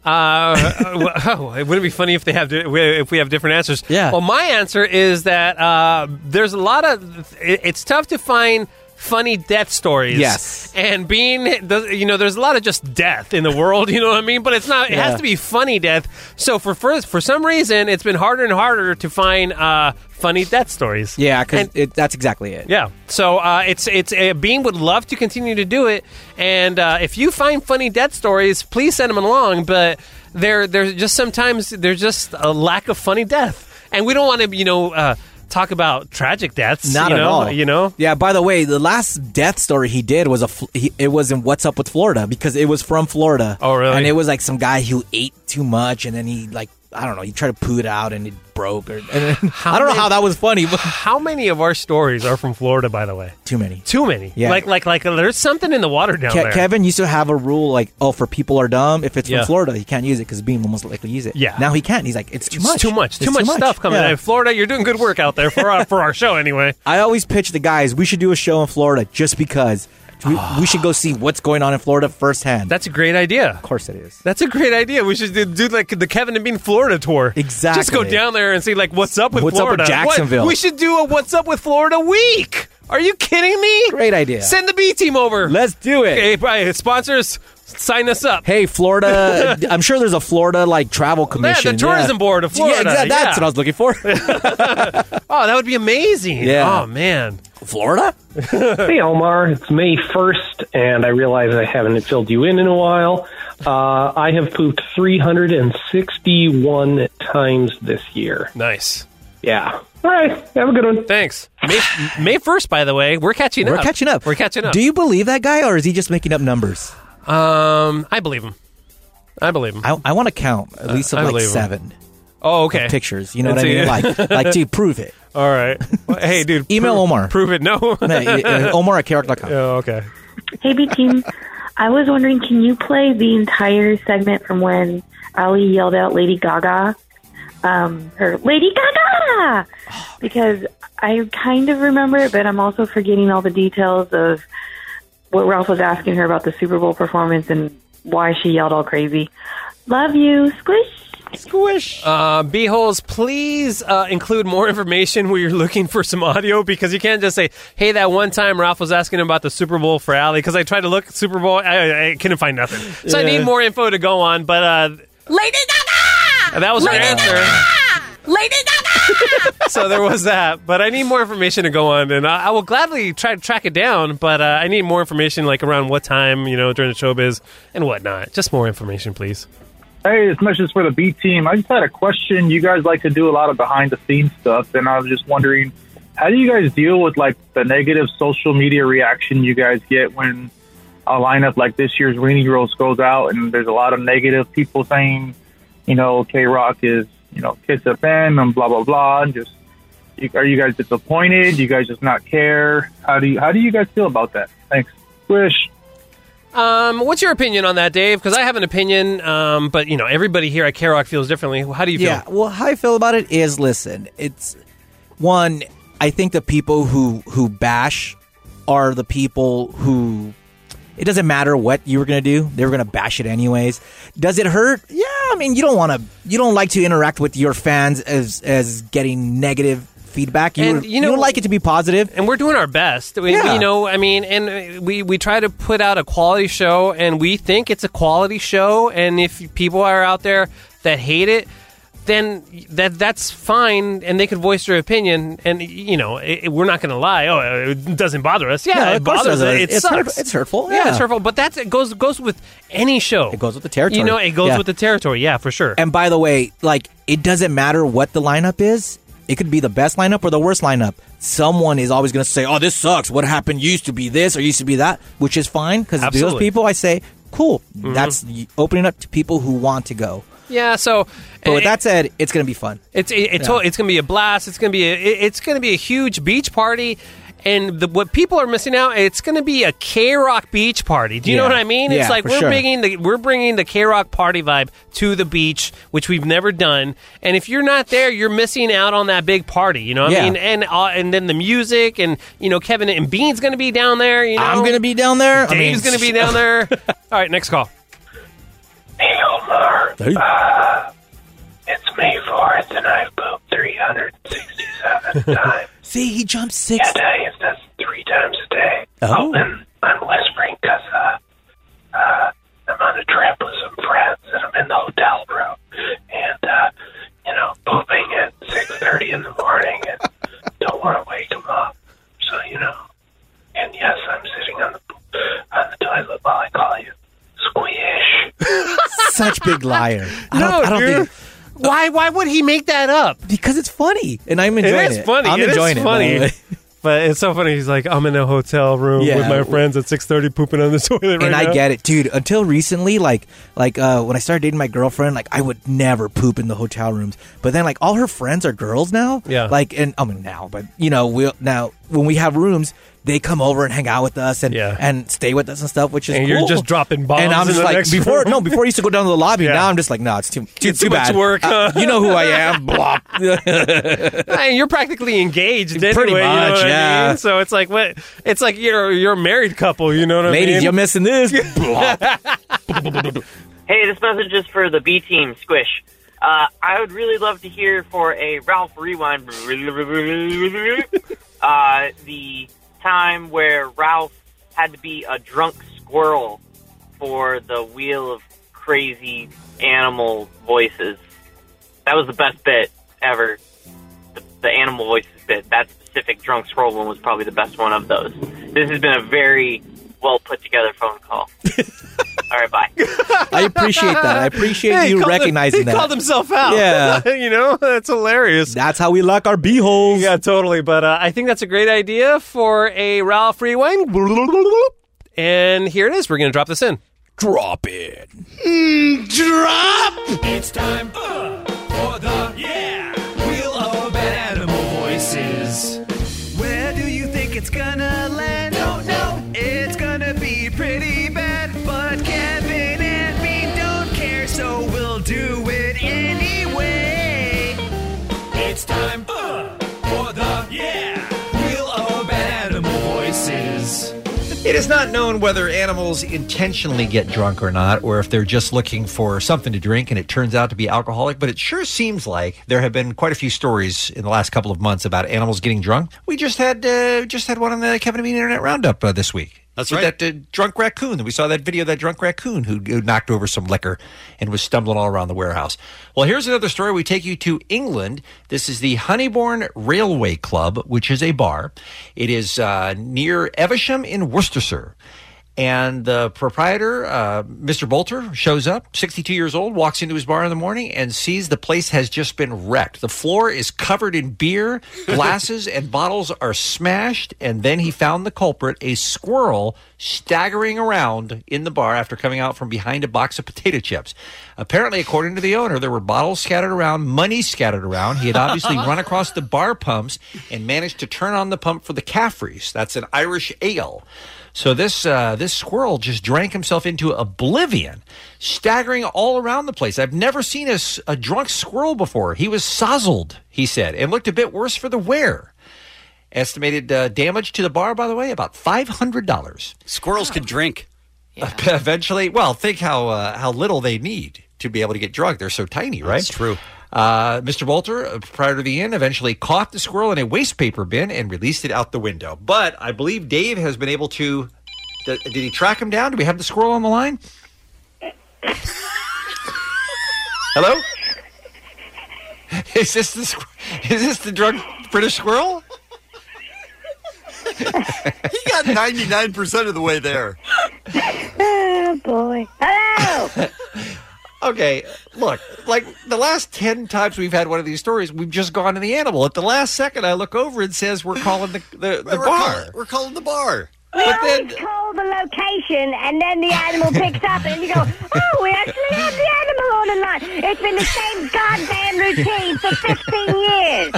Uh, [LAUGHS] oh, it wouldn't be funny if they have if we have different answers. Yeah. Well, my answer is that uh, there's a lot of it, it's tough to find funny death stories. Yes. And being, you know, there's a lot of just death in the world, [LAUGHS] you know what I mean? But it's not, it has Yeah. to be funny death. So for, for, for some reason, it's been harder and harder to find uh, funny death stories. Yeah, because And- that's exactly it. Yeah. So uh, it's it's uh, Beam would love to continue to do it, and uh, if you find funny death stories, please send them along. But there there's just sometimes there's just a lack of funny death, and we don't want to you know uh, talk about tragic deaths. Not you at know, all. You know. Yeah. By the way, the last death story he did was a. Fl- he, it was in What's Up with Florida because it was from Florida. Oh, really? And it was like some guy who ate too much and then he like I don't know he tried to poo it out and it [LAUGHS] broke or and then, I don't know many- how that was funny [LAUGHS] but How many of our stories are from Florida, by the way? too many. Too many. Yeah. Like like like there's something in the water down Ke- there. Kevin used to have a rule like, oh, for people are dumb. If it's Yeah. from Florida, he can't use it because Beam will most likely use it. Yeah. Now he can't. He's like, it's too It's much. too much. Too, It's much, stuff coming. Yeah. out. Florida, you're doing good work out there for our, for our show anyway. I always pitch the guys, we should do a show in Florida just because we, we [SIGHS] should go see what's going on in Florida firsthand. That's a great idea. of course it is. That's a great idea. We should do, do like the Kevin and Bean Florida tour. Exactly. Just go down there and see like what's up with What's up with Florida. What- Jacksonville? we should do a what's up with Florida week. Are you kidding me? Great idea. Send the B team over. Let's do it. Hey, Brian, sponsors, sign us up. Hey, [LAUGHS] Florida. I'm sure there's a Florida like travel Man, commission. the tourism board of Florida. Yeah, exactly. That's Yeah. what I was looking for. Oh, that would be amazing. Yeah. Oh man. Florida? [LAUGHS] [LAUGHS] Hey, Omar, it's May 1st, and I realize I haven't filled you in in a while. Uh, I have pooped 361 times this year. Nice. [LAUGHS] Yeah. [LAUGHS] All right. Have a good one. Thanks. May May first, by the way, we're catching We're up. catching up. We're catching up. Do you believe that guy or is he just making up numbers? um, I believe him. I believe him. I, I want to count at least Uh, I of like believe him. seven oh, okay. pictures. You know what I Let's see. mean? Like, like, dude, prove it. [LAUGHS] All right. Well, hey, dude. Email prove- [LAUGHS] Omar. Prove it. No. [LAUGHS] No, [LAUGHS] uh, Omar at carrot.com. Oh, okay. Hey, B team. I was wondering, can you play the entire segment from when Ali yelled out Lady Gaga? Um, her Lady Gaga! Because I kind of remember it, but I'm also forgetting all the details of what Ralph was asking her about the Super Bowl performance and why she yelled all crazy. Love you. Squish. Uh, B-holes, please uh, include more information where you're looking for some audio because you can't just say, hey, that one time Ralph was asking about the Super Bowl for Allie because I tried to look Super Bowl. I, I couldn't find nothing. So I need more info to go on, but uh, Lady Gaga! that was her answer. Lady Gaga! so there was that. But I need more information to go on, and I, I will gladly try to track it down, but uh, I need more information like around what time, you know, during the showbiz and whatnot. Just more information, please. Hey, as much as for the B team, I just had a question. You guys like to do a lot of behind the scenes stuff, and I was just wondering, how do you guys deal with like the negative social media reaction you guys get when a lineup like this year's Weenie Girls goes out and there's a lot of negative people saying, you know, K Rock is you know Kiss FM and blah blah blah, and just you, are you guys disappointed? Do you guys just not care? How do you how do you guys feel about that? Thanks. Wish. Um, what's your opinion on that, Dave? Because I have an opinion, um, but you know everybody here at K-Rock feels differently. How do you feel? Yeah. Well, how I feel about it is, listen, it's one. I think the people who who bash are the people who. It doesn't matter what you were gonna do; they were gonna bash it anyways. Does it hurt? Yeah, I mean, you don't want to. You don't like to interact with your fans as as getting negative feedback. You And, would- you you know- would like it to be positive. and we're doing our best. We, Yeah. You know, I mean, and we we try to put out a quality show, and we think it's a quality show. And if people are out there that hate it, then that that's fine, and they could voice their opinion. And you know, it, it- we're not going to lie. Oh, it doesn't bother us. Yeah, No, it of course it bothers us. doesn't. It It's sucks. hurt- it's hurtful, Yeah. yeah. it's hurtful. But that's it goes goes with any show. It goes with the territory. You know, it goes Yeah. with the territory. Yeah, for sure. And by the way, like it doesn't matter what the lineup is. It could be the best lineup or the worst lineup. Someone is always going to say, "Oh, this sucks. What happened used to be this or used to be that," which is fine because those Absolutely. Mm-hmm. people, I say, "Cool, that's y- opening up to people who want to go." yeah. So, eh, But with it- that said, it's going to be fun. It's it, it's, it's going to be a blast. It's going to be a, it- it's going to be a huge beach party. And the, what people are missing out, it's going to be a K Rock beach party. Do you know Yeah. what I mean? it's Yeah, like for we're sure. bringing the we're bringing the K Rock party vibe to the beach, which we've never done. And if you're not there, you're missing out on that big party. You know what I Yeah. mean? And uh, and then the music, and you know Kevin and Bean's going to be down there. You know, I'm going to be down there. I Dave's mean, going to be [LAUGHS] down there. All right, next call. Hey, Omar, Hey. it's May 4th, and I've pooped 367 times [LAUGHS] See, he jumped six. a day. That's three times a day. Oh, I'm, I'm whispering because uh, uh, I'm on a trip with some friends and I'm in the hotel room and uh, you know pooping at six thirty in the morning and don't want to wake them up. So you know, and yes, I'm sitting on the on the toilet while I call you. Such big liar. I No, don't, I don't dude. think Why? Why would he make that up? because it's funny, and I'm It enjoying it. is funny. I'm It is enjoying it. by the funny. way. [LAUGHS] But it's so funny. He's like, I'm in a hotel room Yeah. with my friends at 6:30, pooping on the [LAUGHS] toilet. Right and now. I get it, dude. Until recently, like like uh, when I started dating my girlfriend, like I would never poop in the hotel rooms. But then like all her friends are girls now. Yeah. Like and I mean now, but you know we will now when we have rooms, they come over and hang out with us and and stay with us and stuff, which is And you're cool. just dropping bombs And I'm in just the like next before room. no before I used to go down to the lobby. Now I'm just like no, it's too too, It's too much bad. work, Uh, huh? you know who [LAUGHS] I am. Blop. Hey, you're practically engaged anyway. Pretty you know much, what I yeah. mean? So it's like what? It's like you're you're a married couple. You know what I mean? Ladies, you're [LAUGHS] missing this. Hey, this message is for the B team, Squish. Uh, I would really love to hear for a Ralph Rewind uh, the time where Ralph had to be a drunk squirrel for the Wheel of Crazy Animal Voices. That was the best bit ever. The, the Animal Voices bit. That specific drunk squirrel one was probably the best one of those. This has been a very well put together phone [LAUGHS] call. All right, bye. I appreciate that. [LAUGHS] I appreciate Yeah, he you called him- recognizing he that. called himself out. Yeah. [LAUGHS] you know that's hilarious. That's how we lock our beeholes. Yeah, totally. But uh, I think that's a great idea for a Ralph Rewind. And here it is. We're gonna drop this in. Drop it. Mm, drop! It's time uh, for the yeah wheel of animal voices. Where do you think it's gonna land? Don't know. It's gonna be pretty bad, but Kevin and me don't care, so we'll do it anyway. It's time uh, for the yeah wheel of animal voices. It is not known whether animals intentionally get drunk or not, or if they're just looking for something to drink and it turns out to be alcoholic, but it sure seems like there have been quite a few stories in the last couple of months about animals getting drunk. We just had uh, just had one on the Kevin and Bean Internet Roundup uh, this week. That's right. That uh, drunk raccoon. that We saw that video of that drunk raccoon who, who knocked over some liquor and was stumbling all around the warehouse. Well, here's another story. We take you to England. This is the Honeybourne Railway Club, which is a bar. It is uh, near Evesham in Worcestershire. And the proprietor, uh, Mr. Bolter, shows up, 62 years old, walks into his bar in the morning and sees the place has just been wrecked. The floor is covered in beer, glasses and bottles are smashed. And then he found the culprit, a squirrel, staggering around in the bar after coming out from behind a box of potato chips. Apparently, according to the owner, there were bottles scattered around, money scattered around. He had obviously run across the bar pumps and managed to turn on the pump for the Caffreys. That's an Irish ale. So this uh, this squirrel just drank himself into oblivion, staggering all around the place. I've never seen a, s- a drunk squirrel before. He was sozzled, he said, and looked a bit worse for the wear. Estimated uh, damage to the bar, by the way, about five hundred dollars. Squirrels can drink. [LAUGHS] Eventually, well, think how uh, how little they need to be able to get drunk. They're so tiny, right? That's true. Uh, Mr. Bolter, uh, prior to the inn, eventually caught the squirrel in a waste paper bin and released it out the window. But I believe Dave has been able to. d- did he track him down? Do we have the squirrel on the line? Hello. Is this the squ- is this the drunk British squirrel? He got 99% of the way there. [LAUGHS] Oh boy! Hello. okay, look, like the last ten times we've had one of these stories, we've just gone to the animal. At the last second, I look over and says, "We're calling the the, the We're bar." calling- we're calling the bar. We always call the location, and then the animal picks up, and you go, "Oh, we actually have the animal on the line." It's been the same goddamn routine for 15 years,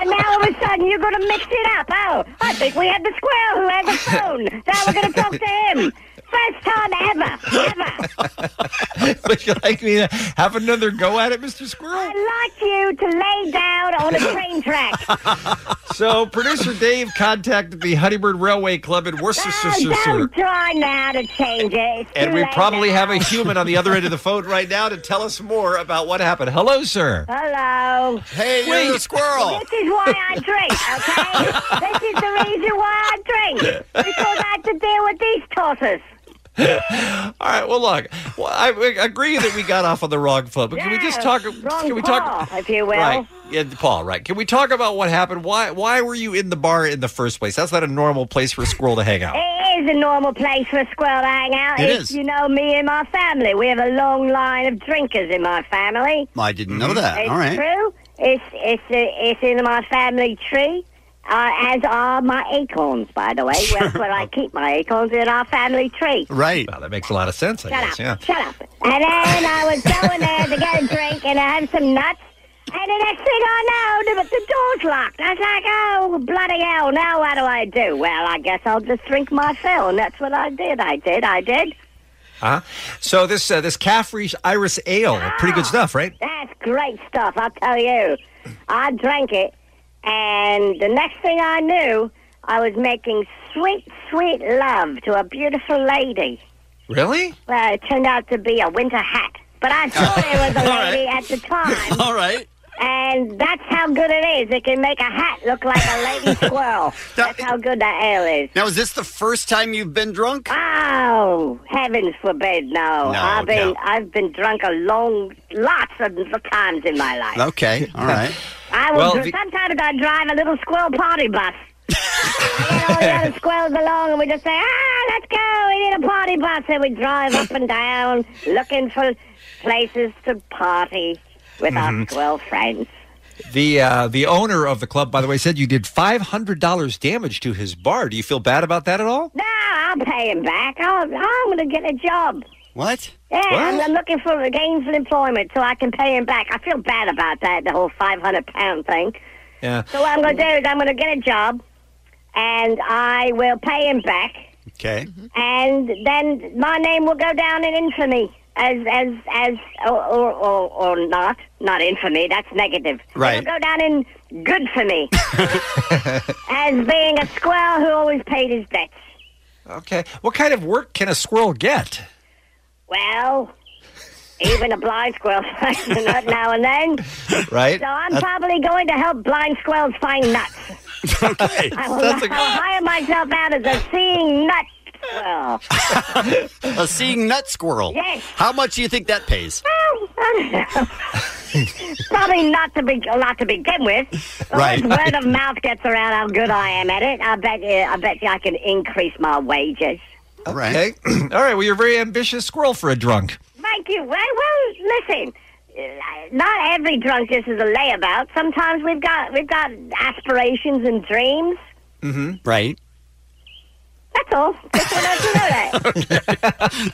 and now all of a sudden you're going to mix it up. Oh, I think we had the squirrel who had the phone. Now we're going to talk to him. First time ever, ever. Would you [LAUGHS] like me to have another go at it, Mr. Squirrel? I'd like you to lay down on a train track. So, producer Dave contacted the Honeybird Railway Club in Worcestershire. Oh, don't try now to change it. It's And too we late probably now. have a human on the other end of the phone right now to tell us more about what happened. Hello, sir. Hello. Hey, you're the squirrel. [LAUGHS] This is why I drink, okay? this is the reason why I thing because I had to deal with these tossers. All right. Well, look, well, I I agree that we got off on the wrong foot, Oh, but can we just talk? Wrong can we talk? paw, if you will. Right. Yeah, Paul. Right. Can we talk about what happened? Why Why were you in the bar in the first place? That's not a normal place for a squirrel to hang out. It is a normal place for a squirrel to hang out. It if is. You know me and my family. We have a long line of drinkers in my family. I Mm-hmm. didn't know that. It's All right. true. It's it's uh, it's in my family tree, uh, as are my acorns. By [LAUGHS] the way, that's where I keep my acorns in our family tree. Right. Well, that makes a lot of sense. I Shut guess. up. Yeah. Shut up. And then I was going there to get a drink and I had some nuts. And the next thing I know, the, the door's locked. I was like, oh, bloody hell, now what do I do? Well, I guess I'll just drink my fill. And that's what I did. I did. I did. Uh-huh. So this uh, this Caffrey's Iris Ale, pretty good stuff, right? That's great stuff, I'll tell you. I drank it, and the next thing I knew, I was making sweet, sweet love to a beautiful lady. Really? Well, it turned out to be a winter hat, [LAUGHS] but I thought it was a All lady at the time. [LAUGHS] All right. And that's how good it is. It can make a hat look like a lady [LAUGHS] squirrel. That's how good that ale is. Now, is this the first time you've been drunk? Oh, heavens forbid! No, No, I've been no. I've been drunk a long, lots of times in my life. [LAUGHS] Okay. All right. I will. Well, dr- the- sometimes I drive a little squirrel [LAUGHS] party bus. and all the other squirrels along, and we just say, "Ah, let's go! We need a party bus," and we drive up and down looking for places to party with our Mm-hmm. Mhm. squirrel friends. The uh, the owner of the club, by the way, said you did five hundred dollars damage to his bar. Do you feel bad about that at all? No, I'll pay him back. I'll, I'm going to get a job. What? Yeah, What? I'm, I'm looking for gainful employment so I can pay him back. I feel bad about that, the whole 500 pound thing. Uh, Yeah. So what I'm going to do is I'm going to get a job and I will pay him back Okay. and then my name will go down in infamy as as as or or, or, or not, not infamy, that's negative. Right. It'll go down in good for me. as being a squirrel who always paid his debts. Okay. What kind of work can a squirrel get? Well, even a blind squirrel [LAUGHS] finds a nut now and then. Right. So I'm That- probably going to help blind squirrels find nuts. okay. I [LAUGHS] Mm-hmm. will I'll hire myself out as a seeing nut squirrel. a seeing nut squirrel. Yes. How much do you think that pays? Well, I don't know. probably not to be a lot to begin with. But Right. once Word of mouth gets around how good I am at it. I bet you, I bet you I can increase my wages. All right. Okay. [CLEARS THROAT] all right. Well, you're a very ambitious squirrel for a drunk. Thank you. Well, well listen. uh, Not every drunk just is a layabout. Sometimes we've got we've got aspirations and dreams. Mm-hmm. Right. That's all. Just wanted to know that.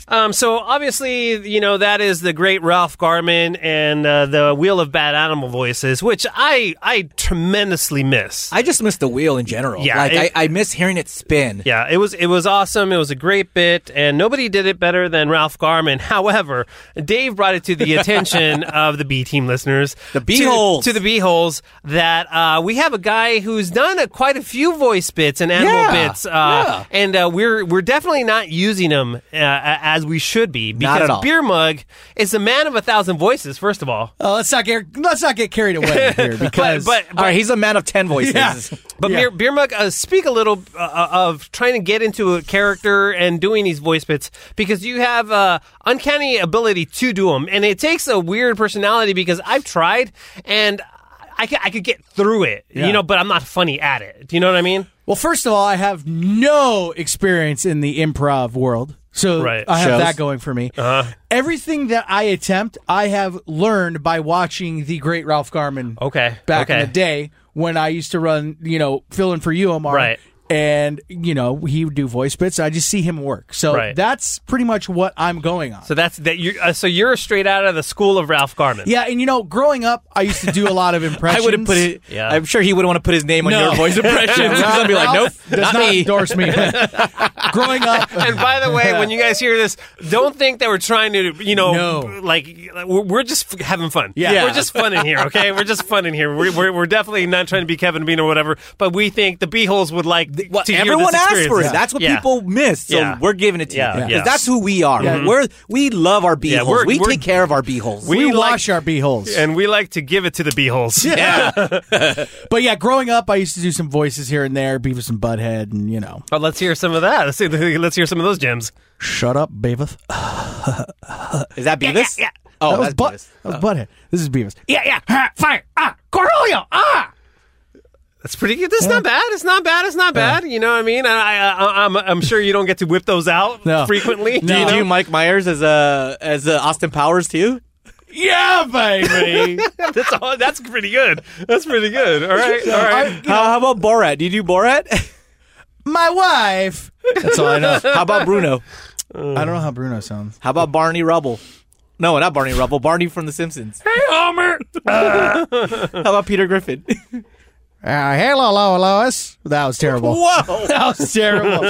Um, so obviously, you know that is the great Ralph Garman and uh, the Wheel of Bad Animal Voices, which I I tremendously miss. I just miss the wheel in general. Yeah, like it- I, I miss hearing it spin. Yeah, it was it was awesome. It was a great bit, and nobody did it better than Ralph Garman. [LAUGHS] However, Dave brought it to the [LAUGHS] attention of the B Team listeners, the B-holes. to, to the B holes, that uh, we have a guy who's done a, quite a few voice bits and animal Yeah, bits, uh, and uh, we're we're definitely not using them uh, as we should be because Not at all. Beer Mug is a man of a thousand voices. First of all, Oh, let's not get let's not get [LAUGHS] carried away here because But- but- All right, he's a man of ten voices. Yeah. But Yeah. Beer, Beer Mug, uh, speak a little uh, of trying to get into a character and doing these voice bits because you have uh, uncanny ability to do them, and it takes a weird personality because I've tried and I, ca- I could get through it, Yeah. you know, but I'm not funny at it. Do you know what I mean? Well, first of all, I have no experience in the improv world, so Right. I have Shows. that going for me. Uh-huh. Everything that I attempt, I have learned by watching the great Ralph Garman. Okay, back okay. in the day when I used to run, you know, filling for you, Omar. Right. And you know he would do voice bits. I just see him work, so Right. that's pretty much what I'm going on. So that's that. You uh, so you're straight out of the school of Ralph Garman. Yeah, and you know, growing up, I used to do a lot of [LAUGHS] impressions. I would've put it- Yeah. I'm sure he wouldn't want to put his name on [LAUGHS] your [LAUGHS] voice impressions. He's gonna be like, Ralph nope, not does not, me. [LAUGHS] endorse me. growing up, and by the way, when you guys hear this, don't think that we're trying to, you know, like we're, we're just f- having fun. Yeah. Yeah. we're just fun in here. Okay, we're just fun in here. We're, we're, we're definitely not trying to be Kevin Bean or whatever, but we think the beeholes would like the, well, To hear this everyone asked experience. for it. Yeah. That's what Yeah. people missed. So Yeah. we're giving it to Yeah. you. 'Cause Yeah. That's who we are. Mhm. We're we love our Yeah, beeholes. we're- we we're- take care of our beeholes. We We like- wash our beeholes. And we like to give it to the beeholes. Yeah. But yeah, growing up, I used to do some voices here and there, Beavis and Butthead, and you know, [LAUGHS] But let's hear some of that. Let's see. Let's hear some of those gems. shut up, Beavis. Is that Beavis? Yeah. Oh, that was that's Butt- Beavis. That was Butthead. This is Beavis. Yeah, yeah. [LAUGHS] Ha, fire. Ah, Oh, Corolio. Ah. That's pretty good. That's not bad. It's not bad. It's not bad. You know what I mean? And I, I, I'm, I'm sure you don't get to whip those out frequently. Do you do Mike Myers as a as a Austin Powers [LAUGHS] too? Yeah, baby. [LAUGHS] that's all, that's pretty good. That's pretty good. All right. All right. How, how about Borat? Do you do Borat? My wife. That's all I know. How about Bruno? I don't know how Bruno sounds. How about Barney Rubble? No, not Barney Rubble. Barney from The [LAUGHS] Simpsons. Hey, Homer. How about Peter Griffin? Uh, hello, hello, Lois. That was [LAUGHS] terrible. Whoa. that [LAUGHS] was terrible.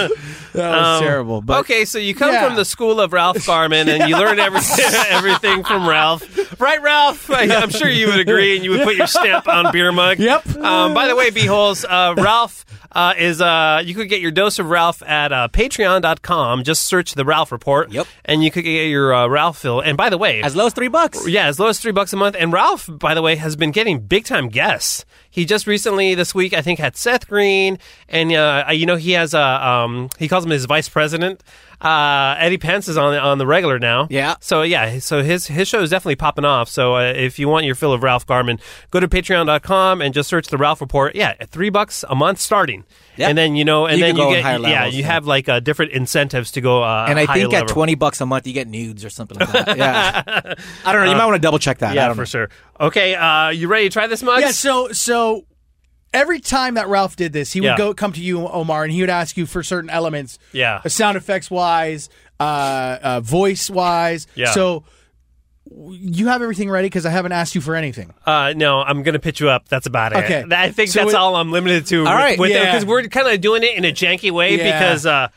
That was Um, terrible. But okay, so you come Yeah. from the school of Ralph Garman, and you learn every, [LAUGHS] everything from Ralph, right, Ralph? I, am sure you would agree, and you would put your stamp on beer mug. Yep. Um, by the way, beeholes, uh, Ralph uh, is uh, you could get your dose of Ralph at uh, Patreon.com. Just search the Ralph Report. Yep. And you could get your uh, Ralph fill. And by the way, as low as three bucks. Yeah, as low as three bucks a month. And Ralph, by the way, has been getting big time guests. He just recently this week, I think, had Seth Green, and uh, you know he has a um, he calls him his vice president. Uh, Eddie Pence is on on the regular now. Yeah. So yeah, so his his show is definitely popping off. So uh, if you want your fill of Ralph Garman, go to Patreon.com and just search the Ralph Report. Yeah, at three bucks a month starting, Yeah. and then you know, and You then can go you on get higher yeah, levels, you yeah. have like uh, different incentives to go. Uh, and I higher think at level. twenty bucks a month you get nudes or something like that. [LAUGHS] Yeah. I don't know. You might want to double check that. I Uh, Yeah, don't for know. sure. Okay, uh, you ready to try this, Muggs? Yeah, so so every time that Ralph did this, he would Yeah. go come to you, Omar, and he would ask you for certain elements. Yeah. uh, Sound effects wise, uh, uh, voice wise. Yeah. So w- you have everything ready because I haven't asked you for anything. Uh, no, I'm gonna pitch you up. That's about it. Okay. I think So that's it- all I'm limited to. All with- right, with yeah. because we're kind of doing it in a janky way Yeah. because uh,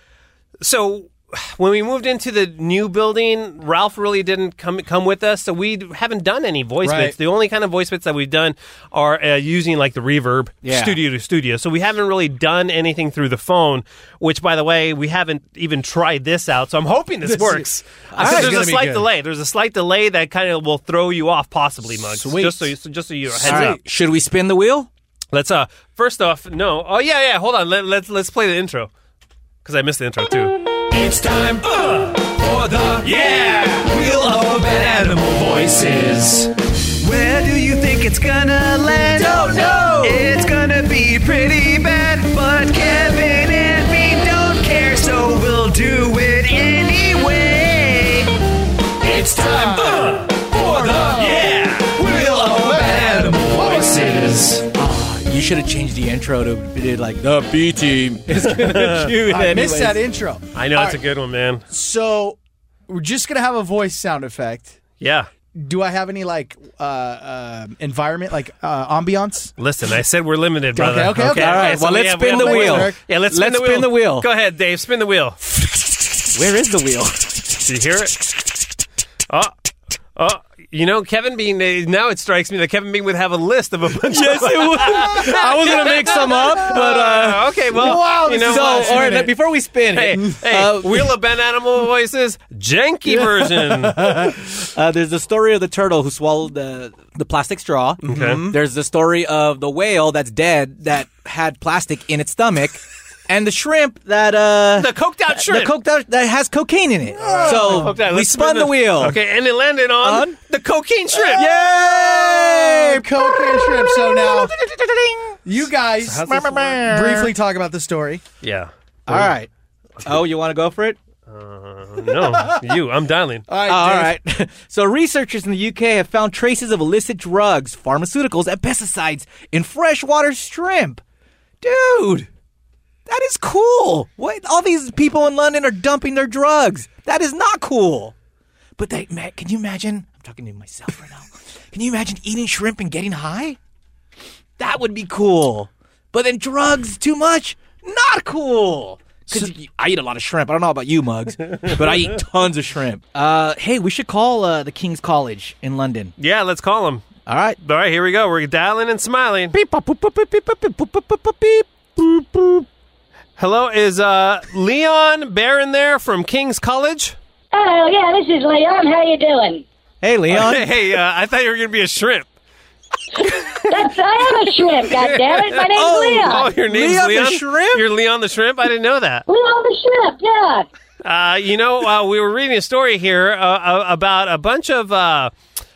so. When we moved into the new building, Ralph really didn't come come with us, so we d- haven't done any voice Right. bits. The only kind of voice bits that we've done are uh, using like the reverb Yeah. studio to studio. So we haven't really done anything through the phone, which by the way, we haven't even tried this out. So I'm hoping this, This is- works. I think Because it's there's gonna a be slight good. delay. There's a slight delay that kind of will throw you off possibly, Mugs. Sweet. Just so you, so just so you heads All right. up. Should we spin the wheel? Let's uh first off, no. Oh yeah, yeah, hold on. Let, let's let's play the intro. Cuz I missed the intro too. It's time for the Yeah! Wheel of Bad Animal Voices. Where do you think it's gonna land? Don't know. It's gonna be pretty bad, but Kevin and me don't care, so we'll do it anyway. It's time for the yeah Wheel of Bad Animal Voices. You should have changed the intro to be like the B team is [LAUGHS] gonna do it I missed anyways. that intro. I know All it's a good one, man. So we're just gonna have a voice sound effect. Yeah. Do I have any like uh, uh, environment, like uh, [LAUGHS] ambiance? Listen, I said we're limited, brother. okay, okay. All right, so well, we let's have- we spin have the a wheel. Yeah, let's, Let's spin, the spin the wheel. Go ahead, Dave. Spin the wheel. Where is the wheel? Do you hear it? Oh, oh. You know, Kevin Bean. eh, Now it strikes me that Kevin Bean would have a list of a bunch. Yes, of it would. I was gonna make some up, but uh, okay, well, you know so what? all right. let- Before we spin Hey, it, hey, uh, Wheel of Ben Animal Voices, janky [LAUGHS] version. [LAUGHS] uh, there's the story of the turtle who swallowed the the plastic straw. Mm-hmm. Okay. There's the story of the whale that's dead that had plastic in its stomach, and the shrimp that uh The coked out shrimp. Oh, the coked out that has cocaine in it. so Okay, we let's spun spin the, wheel. Okay, and it landed on, On? the cocaine shrimp. Oh, Yay! Cocaine shrimp. So now you guys briefly talk about the story. Yeah. All right. Oh, you want to go for it? Uh, no, [LAUGHS] you. I'm dialing. All right. Oh, All Dave. right. [LAUGHS] so, researchers in the UK have found traces of illicit drugs, pharmaceuticals, and pesticides in freshwater shrimp. Dude, that is cool. What? All these people in London are dumping their drugs. That is not cool. But they, ma- can you imagine? I'm talking to myself right now. Can you imagine eating shrimp and getting high? That would be cool. But then drugs too much? Not cool. 'Cause you- I eat a lot of shrimp. I don't know about you, Mugs, but I [LAUGHS] eat tons of shrimp. Uh, hey, we should call uh, the King's College in London. Yeah, let's call him. All right. All right, here we go. We're dialing and smiling. Beep, boop, boop, boop, beep, boop, boop, boop, boop, boop, boop, boop, boop. Hello, is uh, Leon Barron there from King's College? Oh yeah, this is Leon. How you doing? Hey, Leon. [LAUGHS] hey, uh, I thought you were going to be a shrimp. That's I am [LAUGHS] a shrimp. God damn it, my name's oh, Leon. Oh, your name's Leon. You're Leon the Shrimp? I didn't know that. Leon the shrimp. Yeah. Uh, you know, uh, we were reading a story here uh, uh, about a bunch of uh,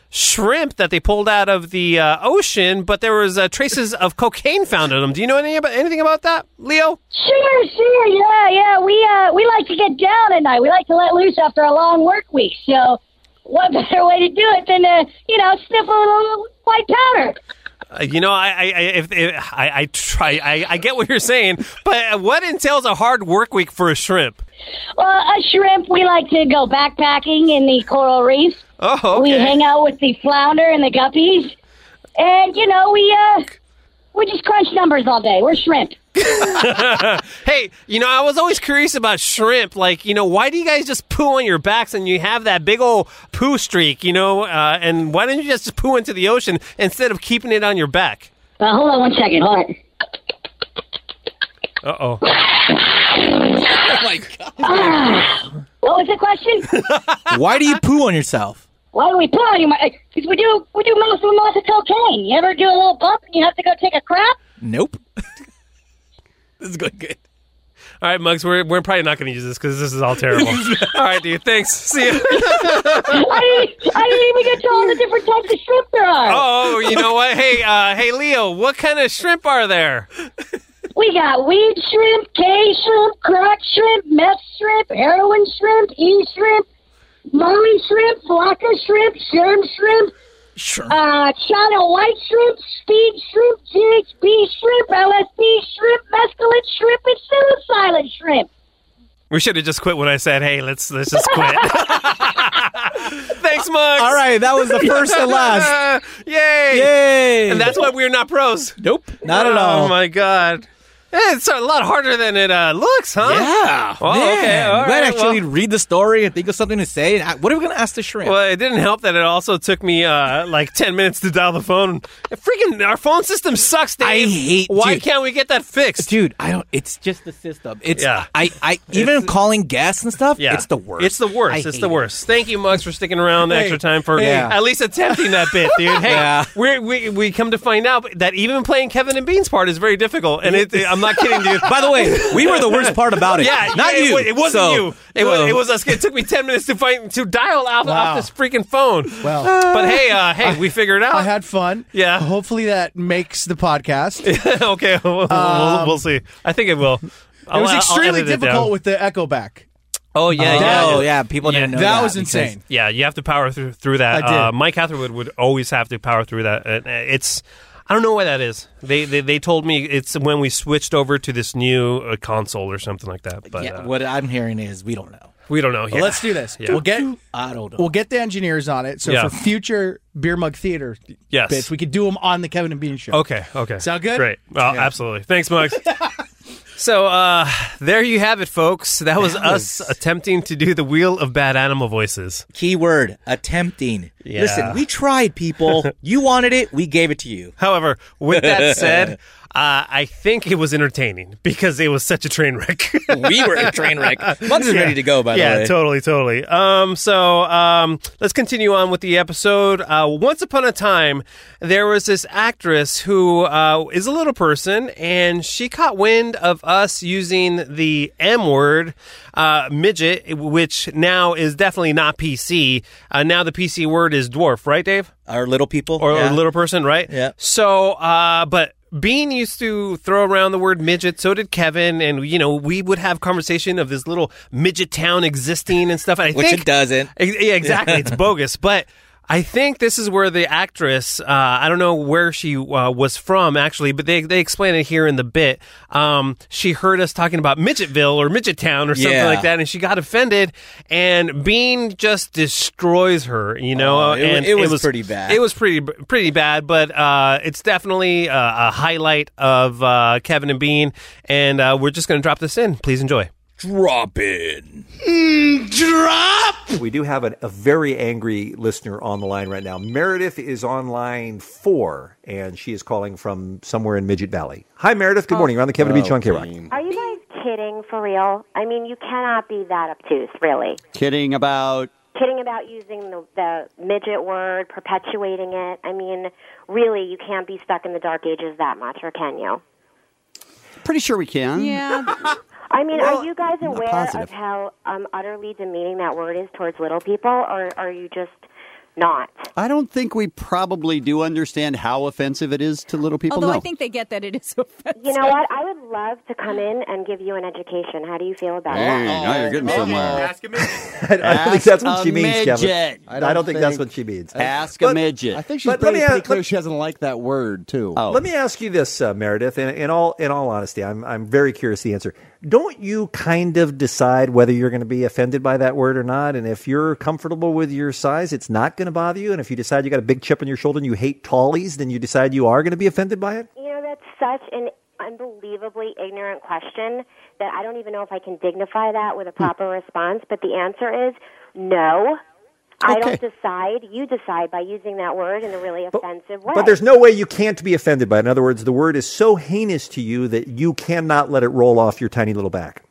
shrimp that they pulled out of the uh, ocean, but there was uh, traces of cocaine found in them. Do you know any about anything about that, Leo? Sure, sure. Yeah, yeah. We uh we like to get down at night. We like to let loose after a long work week. So, what [LAUGHS] better way to do it than to you know sniff a little white powder? Uh, you know, I I, I, if, if, I, I try. I, I get what you're saying, but what entails a hard work week for a shrimp? Well, a shrimp, we like to go backpacking in the coral reef. Oh, okay. We hang out with the flounder and the guppies, and you know we uh we just crunch numbers all day. We're shrimp. hey, you know, I was always curious about shrimp. Like, you know, why do you guys just poo on your backs and you have that big old poo streak? You know, uh, and why don't you just poo into the ocean instead of keeping it on your back? Uh, hold on one second. Hold on. Uh oh. [SIGHS] Ah, what was the [LAUGHS] question? Why do you [LAUGHS] poo on yourself? Why do we put on you? Because we do we do most we most of cocaine. You ever do a little bump and you have to go take a crap? Nope. This is going [LAUGHS] good. All right, Muggs, we're, we're probably not going to use this because this is all [LAUGHS] terrible. all right, dude. Thanks. See you. I didn't, I didn't even get to all the different types of shrimp there are. Oh, you know what? Hey, uh, hey, Leo, what kind of shrimp are there? We got weed shrimp, K shrimp, crack shrimp, meth shrimp, heroin shrimp, E shrimp, molly shrimp, flocka shrimp, germ shrimp, uh, China white shrimp, speed shrimp, GHB shrimp, LSD shrimp, mescaline shrimp, and psilocybin shrimp. We should have just quit when I said, "Hey, let's let's just quit." Thanks, Muggs. All right, that was the first and last. [LAUGHS] Yay! Yay. And that's why we're not pros. Nope, not at Oh all. my god. Eh, It's a lot harder than it uh, looks, huh? Yeah. Oh, Man, okay. All you right, gotta actually well- read the story and think of something to say. And I- What are we gonna ask the shrimp? Well, it didn't help that it also took me uh, like ten minutes to dial the phone. Freaking, our phone system sucks. Dave. I hate. Why dude. can't we get that fixed, dude? I don't. It's just the system. It's yeah. I, I even calling guests and stuff. Yeah. It's the worst. It's the worst. I it's hate the it. worst. Thank you, Muggs, for sticking around the Hey, extra time for hey. Yeah. at least attempting that bit, [LAUGHS] dude. Hey, Yeah. we're, we we come to find out that even playing Kevin and Bean's part is very difficult, and it, I'm not kidding, dude. By the way, we were the worst part about it. [LAUGHS] Yeah, Not yeah, it you. wa- It, wasn't So, you. It was, well. it was us. It took me ten minutes to find to dial out Wow. off this freaking phone. Well. but hey, uh, hey, we figured it out. [LAUGHS] I had fun. Yeah. Hopefully that makes [LAUGHS] the podcast. okay, we'll, we'll- Um, we'll see. I think it will. it was extremely difficult with the echo back. Oh yeah, yeah, Oh, yeah, people didn't know That that was because- insane. Yeah, you have to power through through that. I did. Uh, Mike Catherwood would always have to power through that. And, uh, It's I don't know why that is. They they, they told me it's when we switched over to this new uh, console or something like that. But Yeah, uh, what I'm hearing is we don't know. we don't know. Well, Yeah. let's do this. Yeah. We'll get I don't know. we'll get the engineers on it. So Yeah. for future beer mug theater Yes. bits, we could do them on the Kevin and Bean show. Okay. Okay. Sound good? Great. Well, absolutely. Thanks, [LAUGHS] Muggs. so uh, there you have it, folks. That was That us attempting to do the wheel of bad animal voices. Keyword attempting. Yeah. Listen, we [LAUGHS] tried, people. you wanted it, we gave it to you. However, with [LAUGHS] that said, uh, I think it was entertaining because it was such a train wreck. We were a train wreck. Muggs is ready to go, by [LAUGHS] the yeah, way. totally, totally. Um, so um, let's continue on with the episode. Uh, once upon a time, there was this actress who uh, is a little person, and she caught wind of us using the M word, uh, midget, which now is definitely not PC. Uh, now the PC word is dwarf, right, Dave? Our little people, or, yeah. or little person, right? Yeah. So, uh, but Bean used to throw around the word midget. So did Kevin, and you know we would have conversation of this little midget town existing and stuff. And I [LAUGHS] Which think it doesn't. [LAUGHS] Ex- Yeah, exactly. [LAUGHS] it's bogus, but. I think this is where the actress, uh, I don't know where she uh, was from actually, but they, they explain it here in the bit. Um, she heard us talking about Midgetville or Midgettown or something Yeah. like that, and she got offended, and Bean just destroys her, you know? Oh, it wa- Uh, and it was pretty bad. It was pretty pretty bad, but uh, it's definitely uh, a highlight of uh, Kevin and Bean, and uh, we're just going to drop this in. Please enjoy. Drop in. drop. We do have a, a very angry listener on the line right now. Meredith is on line four, and she is calling from somewhere in Midget Valley. Hi, Meredith. Good morning. You're on the Kevin and Beach on K Rock. Are you guys kidding, for real. I mean, you cannot be that obtuse, really. Kidding about. Kidding about using the, the midget word, perpetuating it. I mean, really, you can't be stuck in the dark ages that much, or can you? Pretty sure we can. Yeah. I mean, Well, are you guys not aware positive. of how um, utterly demeaning that word is towards little people, or are you just not? I don't think we probably do understand how offensive it is to little people. Although no. I think they get that it is [LAUGHS] offensive. You know what? I would love to come in and give you an education. How do you feel about Hey, that? now you're getting somewhere. I don't think that's what she means, Kevin. midget. I don't, think, that's what she means. Ask a But- midget. I think she's But let pretty, me pretty ask- clear let- she doesn't like that word, too. Let me ask you this, uh, Meredith. In, in all in all honesty, I'm I'm very curious the answer. Don't you kind of decide whether you're going to be offended by that word or not? And if you're comfortable with your size, it's not going to bother you. And if you decide you got a big chip on your shoulder and you hate tallies, then you decide you are going to be offended by it. You know, that's such an unbelievably ignorant question that I don't even know if I can dignify that with a Hmm. proper response. But the answer is no. I don't decide. You decide by using that word in a really offensive way. But there's no way you can't be offended by it. In other words, the word is so heinous to you that you cannot let it roll off your tiny little back.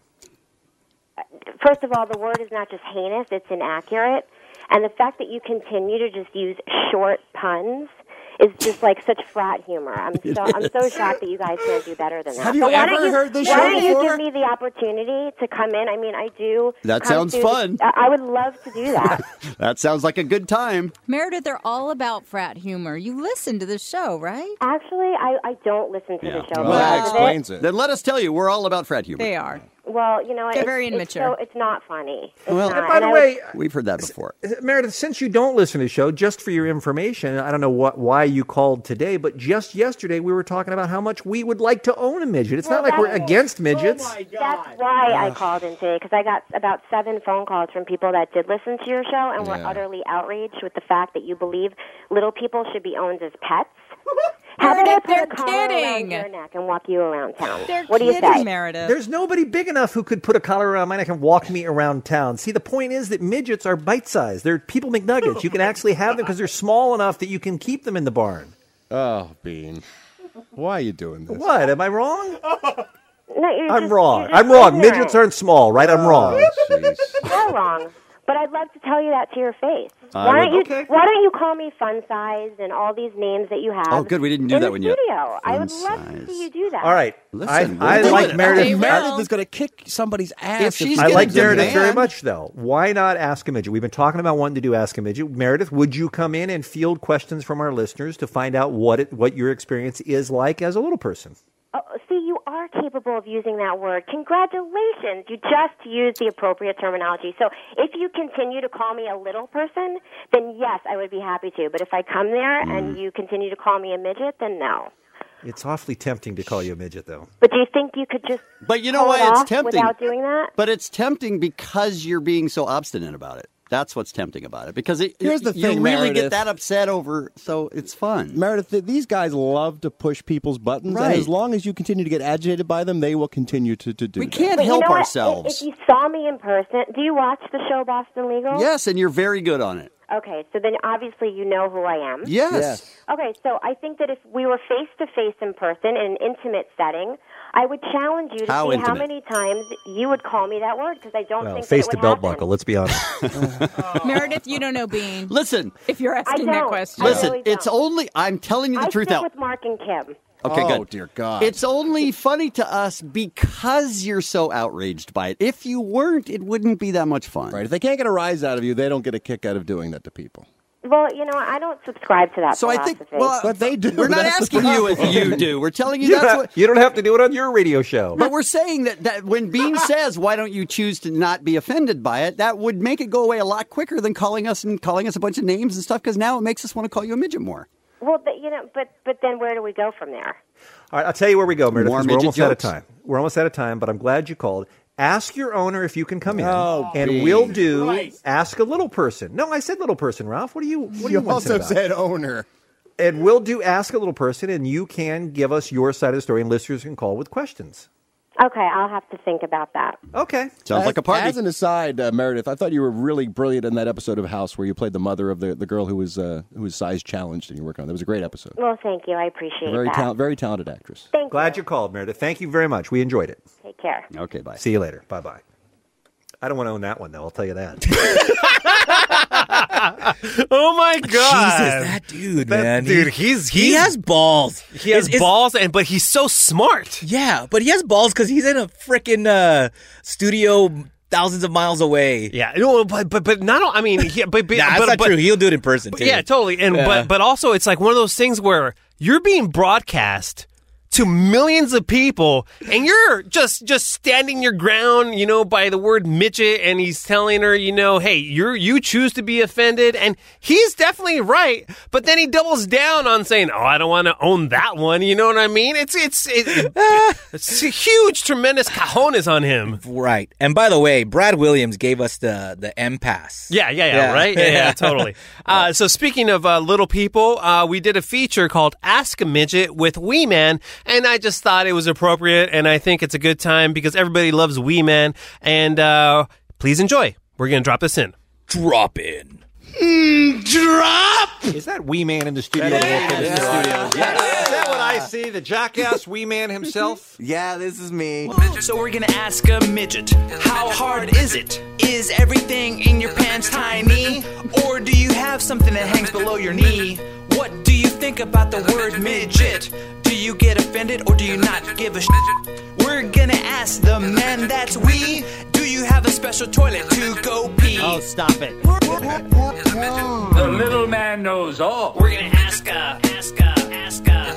First of all, the word is not just heinous, it's inaccurate. And the fact that you continue to just use short puns is just like such frat humor. I'm It so I'm so is. shocked that you guys can't do better than that. Have you So why ever don't you, heard this why show don't you before? give me the opportunity to come in? I mean, I do. That come sounds through- fun. I I would love to do [LAUGHS] that. That sounds like a good time. Meredith, they're all about frat humor. You listen to the show, right? Actually, I, I don't listen to the show. Well, because of it. Then let us tell you, we're all about frat humor. They are. Well, you know, what, They're it's, very it's immature. so it's not funny. It's Well, not. by And the I way, uh, We've heard that before. Meredith, since you don't listen to the show, just for your information, I don't know what why you called today, but just yesterday we were talking about how much we would like to own a midget. It's Well, not like we're that's- against midgets. That's why I Ugh. called in today because I got about seven phone calls from people that did listen to your show and were Yeah. utterly outraged with the fact that you believe little people should be owned as pets. How about I put a collar around your neck and walk you around town? what do you say? There's nobody big enough who could put a collar around my neck and walk me around town. See, the point is that midgets are bite-sized. They're people McNuggets. [LAUGHS] You can actually have them because they're small enough that you can keep them in the barn. Oh, Bean. Why are you doing this? What? Am I wrong? [LAUGHS] No, you're I'm just- wrong. you're just I'm wrong. ignorant. Midgets aren't small, right? I'm [LAUGHS] wrong. You're wrong. But I'd love to tell you that to your face. I why would- don't you? Okay. Why don't you call me fun size and all these names that you have? Oh, good. We didn't do in that the one studio. yet. I would love to see you do that. All right. Listen, I, I we'll do like it. Meredith. They I- Meredith is going to kick somebody's ass. If she's I like getting Meredith very demand- much, though. Why not ask a midget? We've been talking about wanting to do ask a midget. Meredith, would you come in and field questions from our listeners to find out what it, what your experience is like as a little person? Oh, see, you are capable of using that word. Congratulations. You just used the appropriate terminology. So if you continue to call me a little person, then yes, I would be happy to. But if I come there Mm-hmm. and you continue to call me a midget, then no. It's awfully tempting to call you a midget, though. But do you think you could just But you know pull why it it's off tempting? without doing that? But it's tempting because you're being so obstinate about it. That's what's tempting about it. Because it, Here's the you thing, really get Meredith. that upset over. So it's fun. Meredith, th- these guys love to push people's buttons, Right. and as long as you continue to get agitated by them, they will continue to, to do. We that. can't But you know what? If- If, you saw me in person, do you watch the show Boston Legal? Yes, and you're very good on it. Okay, so then obviously you know who I am. Yes. Yes. Okay, so I think that if we were face to face in person in an intimate setting, I would challenge you to How see how intimate? many times you would call me that word because I don't Well, think face that to would belt happen. buckle. Let's be honest. Meredith, you don't know Bean. Listen. If you're asking I that don't. question. Listen, it's only I'm telling you the I truth stick out. with Mark and Kim. Okay, Oh, good. dear God. It's only funny to us because you're so outraged by it. If you weren't, it wouldn't be that much fun. Right? If they can't get a rise out of you, they don't get a kick out of doing that to people. Well, you know, I don't subscribe to that. So I think- philosophy. well, But they do. We're not [LAUGHS] That's the asking you if problem. you do. We're telling you, You that's don't- what. you don't have to do it on your [LAUGHS] radio show. But we're saying that, that when Bean [LAUGHS] says, why don't you choose to not be offended by it, that would make it go away a lot quicker than calling us and calling us a bunch of names and stuff because now it makes us want to call you a midget more. well, but, you know, but but then where do we go from there? All right, I'll tell you where we go, Meredith. More 'cause We're midget almost out of jokes. time. We're almost out of time, but I'm glad you called. Ask your owner if you can come in, Oh, and Bean. we'll do. Christ. Ask a little person. No, I said little person, Ralph. What do you? What do You you want also about? said owner. And we'll do ask a little person, and you can give us your side of the story, and listeners can call with questions. Okay, I'll have to think about that. Okay. As- As an aside, uh, Meredith, I thought you were really brilliant in that episode of House where you played the mother of the, the girl who was uh, who was size challenged and you're working on. That was a great episode. Well, thank you. I appreciate very that. talent, very talented actress. Thank Glad you called, Meredith. Thank you very much. We enjoyed it. Take Take care. Okay, bye. See you later. Bye bye. I don't want to own that one though. I'll tell you that. [LAUGHS] [LAUGHS] oh my god, Jesus, that dude, man, dude, he's, he has balls. He has It's- it's- balls, and but he's so smart. Yeah, but he has balls because he's in a freaking uh, studio thousands of miles away. Yeah, no, but but but not. all- I mean, yeah, but, but Nah, that's but- not but- true. He'll do it in person but too. yeah, totally. And Yeah. but but also, it's like one of those things where you're being broadcast to millions of people, and you're just just standing your ground, you know, by the word midget, and he's telling her, you know, hey, you're you choose to be offended, and he's definitely right. But then he doubles down on saying, oh, I don't want to own that one. You know what I mean? It's it's it, it's a huge, tremendous cajones on him. Right. And by the way, Brad Williams gave us the the M pass. Yeah, yeah, yeah, Yeah. right? Yeah, [LAUGHS] yeah, totally. Uh, so speaking of uh, little people, uh, we did a feature called Ask a Midget with Wee Man, and I just thought it was appropriate, and I think it's a good time because everybody loves Wee Man, and uh, please enjoy. We're going to drop this in. Drop in. drop. Is that Wee Man in the studio? That is Yeah. in the Yeah. studio. Yeah. Is that what I see? The jackass [LAUGHS] Wee Man himself. Yeah, this is me. So we're gonna ask a midget, how hard is it? Is everything in your pants tiny? Or do you have something that hangs below your knee? What do you think about the word midget? Do you get offended or do you not give a shit? We're gonna ask the man that's we. Do you have a special toilet to go pee? Oh, stop it. The little man knows all. We're gonna ask a, ask a, ask a.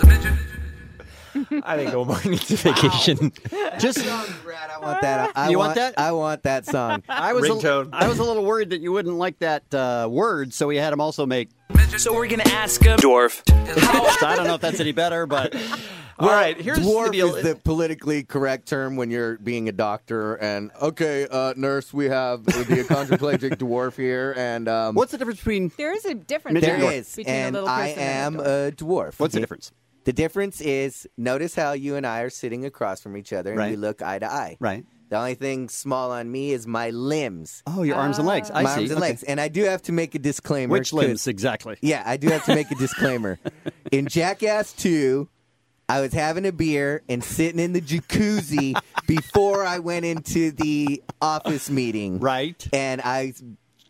I think [LAUGHS] Omar needs a vacation. Just I want that. [LAUGHS] I You want that? I want that song. [LAUGHS] I was a, Ringtone. I was a little worried that you wouldn't like that uh, word, so we had him also make. So we're gonna ask a dwarf. [LAUGHS] I don't know if that's any better, [LAUGHS] but uh, All right, here's dwarf the is the politically correct term when you're being a doctor. And okay, uh, nurse, we have the [LAUGHS] achondroplagic dwarf here. And um, what's the difference between? There is a difference. there between- is, between and a little I person am and a dwarf. What's the difference? The difference is notice how you and I are sitting across from each other and Right. we look eye to eye. Right. The only thing small on me is my limbs. Oh, your arms and legs. I see. my arms and Okay. legs. And I do have to make a disclaimer. Which 'cause- limbs exactly? Yeah, I do have to make [LAUGHS] a disclaimer. In Jackass 2, I was having a beer and sitting in the jacuzzi before I went into the office meeting. Right. And I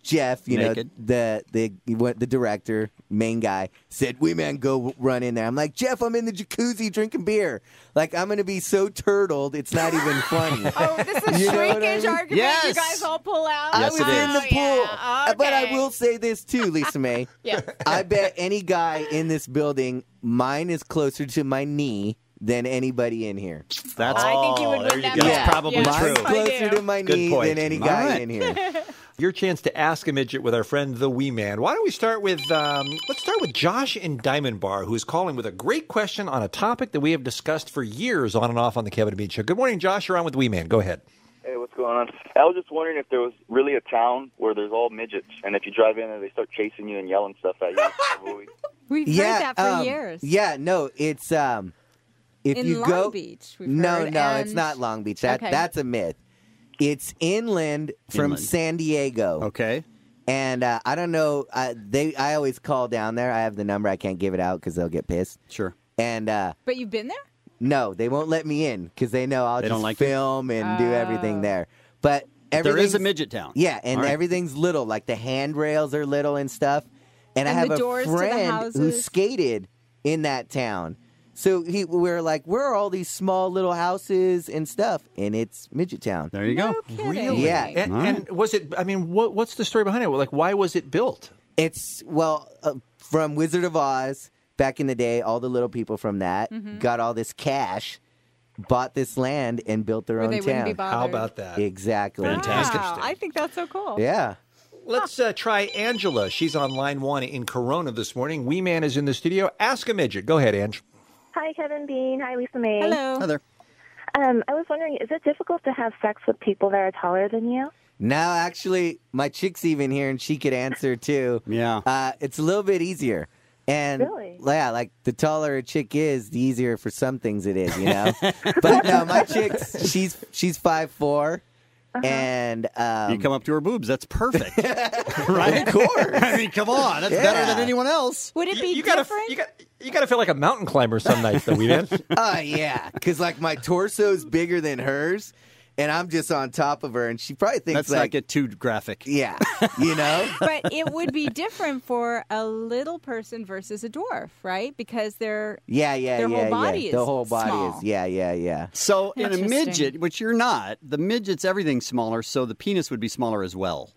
Jeff, you Naked. know, the the what the director, main guy, said, "We man, go run in there." I'm like, Jeff, I'm in the jacuzzi drinking beer. Like, I'm gonna be so turtled, it's not [LAUGHS] even funny. oh, this is shrinkage argument. You guys all pull out. I was in the Oh, pool, yeah, Uh, but I okay. will say this too, [LAUGHS] Lisa May. Yeah. I bet any guy in this building, mine is closer to my knee than anybody in here. That's I think you would Oh, win there you that go. bet. That's probably Yeah. Mine's true. closer to my Good knee point. than any All guy right. in here. [LAUGHS] [LAUGHS] Your chance to ask a midget with our friend the Wee Man. Why don't we start with um, let's start with Josh in Diamond Bar, who is calling with a great question on a topic that we have discussed for years on and off on the Kevin and Bean Show. Good morning, Josh. You're on with Wee Man. Go ahead. Hey, what's going on? I was just wondering if there was really a town where there's all midgets, and if you drive in and they start chasing you and yelling stuff at you. We've yeah, heard that for um, years. Yeah, no, it's um, if In you Long go, Beach, we've no, heard, no, it's and- not Long Beach. That Okay. that's a myth. It's inland from Inland. San Diego. Okay. And uh, I don't know. I, they, I always call down there. I have the number. I can't give it out because they'll get pissed. Sure. And uh, But you've been there? no, they won't let me in because they know I'll They don't just like you? film and do Oh. everything there. But But there is a everything's- midget town. Yeah, and All right. everything's little, like the handrails are little and stuff. And, I And have the a doors to the friend who houses. skated in that town. So he, we were like, where are all these small little houses and stuff? And it's Midget Town. There you go. Really? Yeah. And, and was it? I mean, what, what's the story behind it? Like, why was it built? It's well uh, from Wizard of Oz back in the day. All the little people from that Mhm. got all this cash, bought this land, and built their Where own they wouldn't town. be bothered. How about that? Exactly. Wow, I think that's so cool. Yeah. Let's uh, try Angela. She's on line one in Corona this morning. Wee Man is in the studio. Ask a midget. Go ahead, Ange. Hi, Kevin Bean. Hi, Lisa May. Hello. Hi there. Um, I was wondering, is it difficult to have sex with people that are taller than you? Now, actually, my chick's even here, and she could answer too. Yeah. Uh, it's a little bit easier. And Really? yeah, like the taller a chick is, the easier [LAUGHS] for some things it is, you know. but no, my chick's she's she's five four, Uh-huh. and um, you come up to her boobs. That's [LAUGHS] perfect. right? Of course. I mean, come on. Ah, That's better than anyone else. Would it be gotta- different? [LAUGHS] You got to feel like a mountain climber some nights, though, we [LAUGHS] man. Oh Uh, yeah, because like my torso's bigger than hers, and I'm just on top of her, and she probably thinks Let's like, not get too graphic. yeah, you know. [LAUGHS] [LAUGHS] but it would be different for a little person versus a dwarf, right? Because they're Yeah, yeah, their yeah, whole body yeah. is the whole body small. is yeah, yeah, yeah. So in a Interesting. midget, which you're not, the midget's everything's smaller, so the penis would be smaller as well.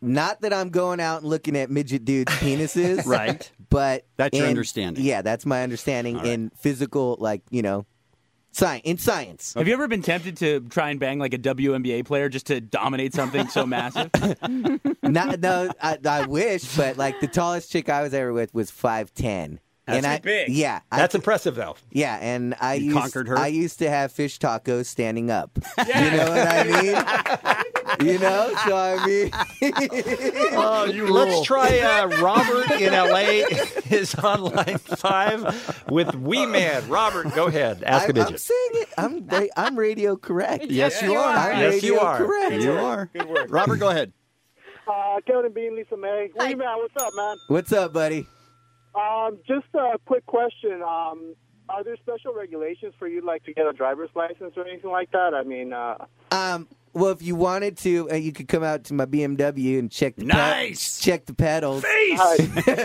Not that I'm going out and looking at [LAUGHS] midget dudes' penises, Right. But That's your in- understanding. Yeah, that's my understanding in physical, like you know, science in science. Oh. Have you ever been tempted to try and bang like a WNBA player just to dominate something [LAUGHS] so massive? [LAUGHS] Not no, I, I wish, but like the tallest chick I was ever with was five ten. That's and I, big. Yeah, I- That's impressive, though. Yeah, and I You used, conquered her? I used to have fish tacos standing up. [LAUGHS] You know what I mean? you know, so I mean, [LAUGHS] Oh, you Let's try uh, Robert in LA [LAUGHS] is on line five with Wee Man. Robert, go ahead. Ask a I'm, I'm midget. saying it. I'm ra- I'm radio correct. Yes, you are. I'm Yes, you radio are. Correct. You are. Good work. Robert, go ahead. Uh, Kevin and Bean, Lisa May. Hey, man, what's up, man? What's up, buddy? Um, just a quick question. Um, are there special regulations for you, like to get a driver's license or anything like that? I mean, uh, Um, well, if you wanted to, uh, you could come out to my BMW and check the pe- Nice! check the pedals.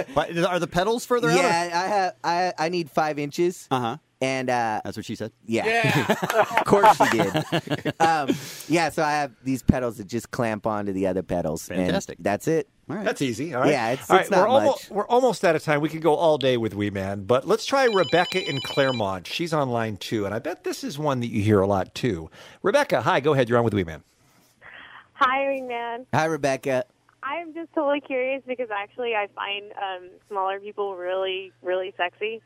[LAUGHS] But are the pedals further out? yeah, I have. I I need five inches. Uh huh. And uh, That's what she said. Yeah. [LAUGHS] [LAUGHS] of course she did. Um, yeah, so I have these pedals that just clamp onto the other pedals. and Fantastic. that's it. That's easy. All right. Yeah, it's, All right, it's not we're almo- much. we're almost out of time. We could go all day with Wee Man, but let's try Rebecca in Claremont. She's on line two, and I bet this is one that you hear a lot too. Rebecca, hi. Go ahead. You're on with Wee Man. Hi, man. Hi, Rebecca. I'm just totally curious because actually I find um, smaller people really, really sexy.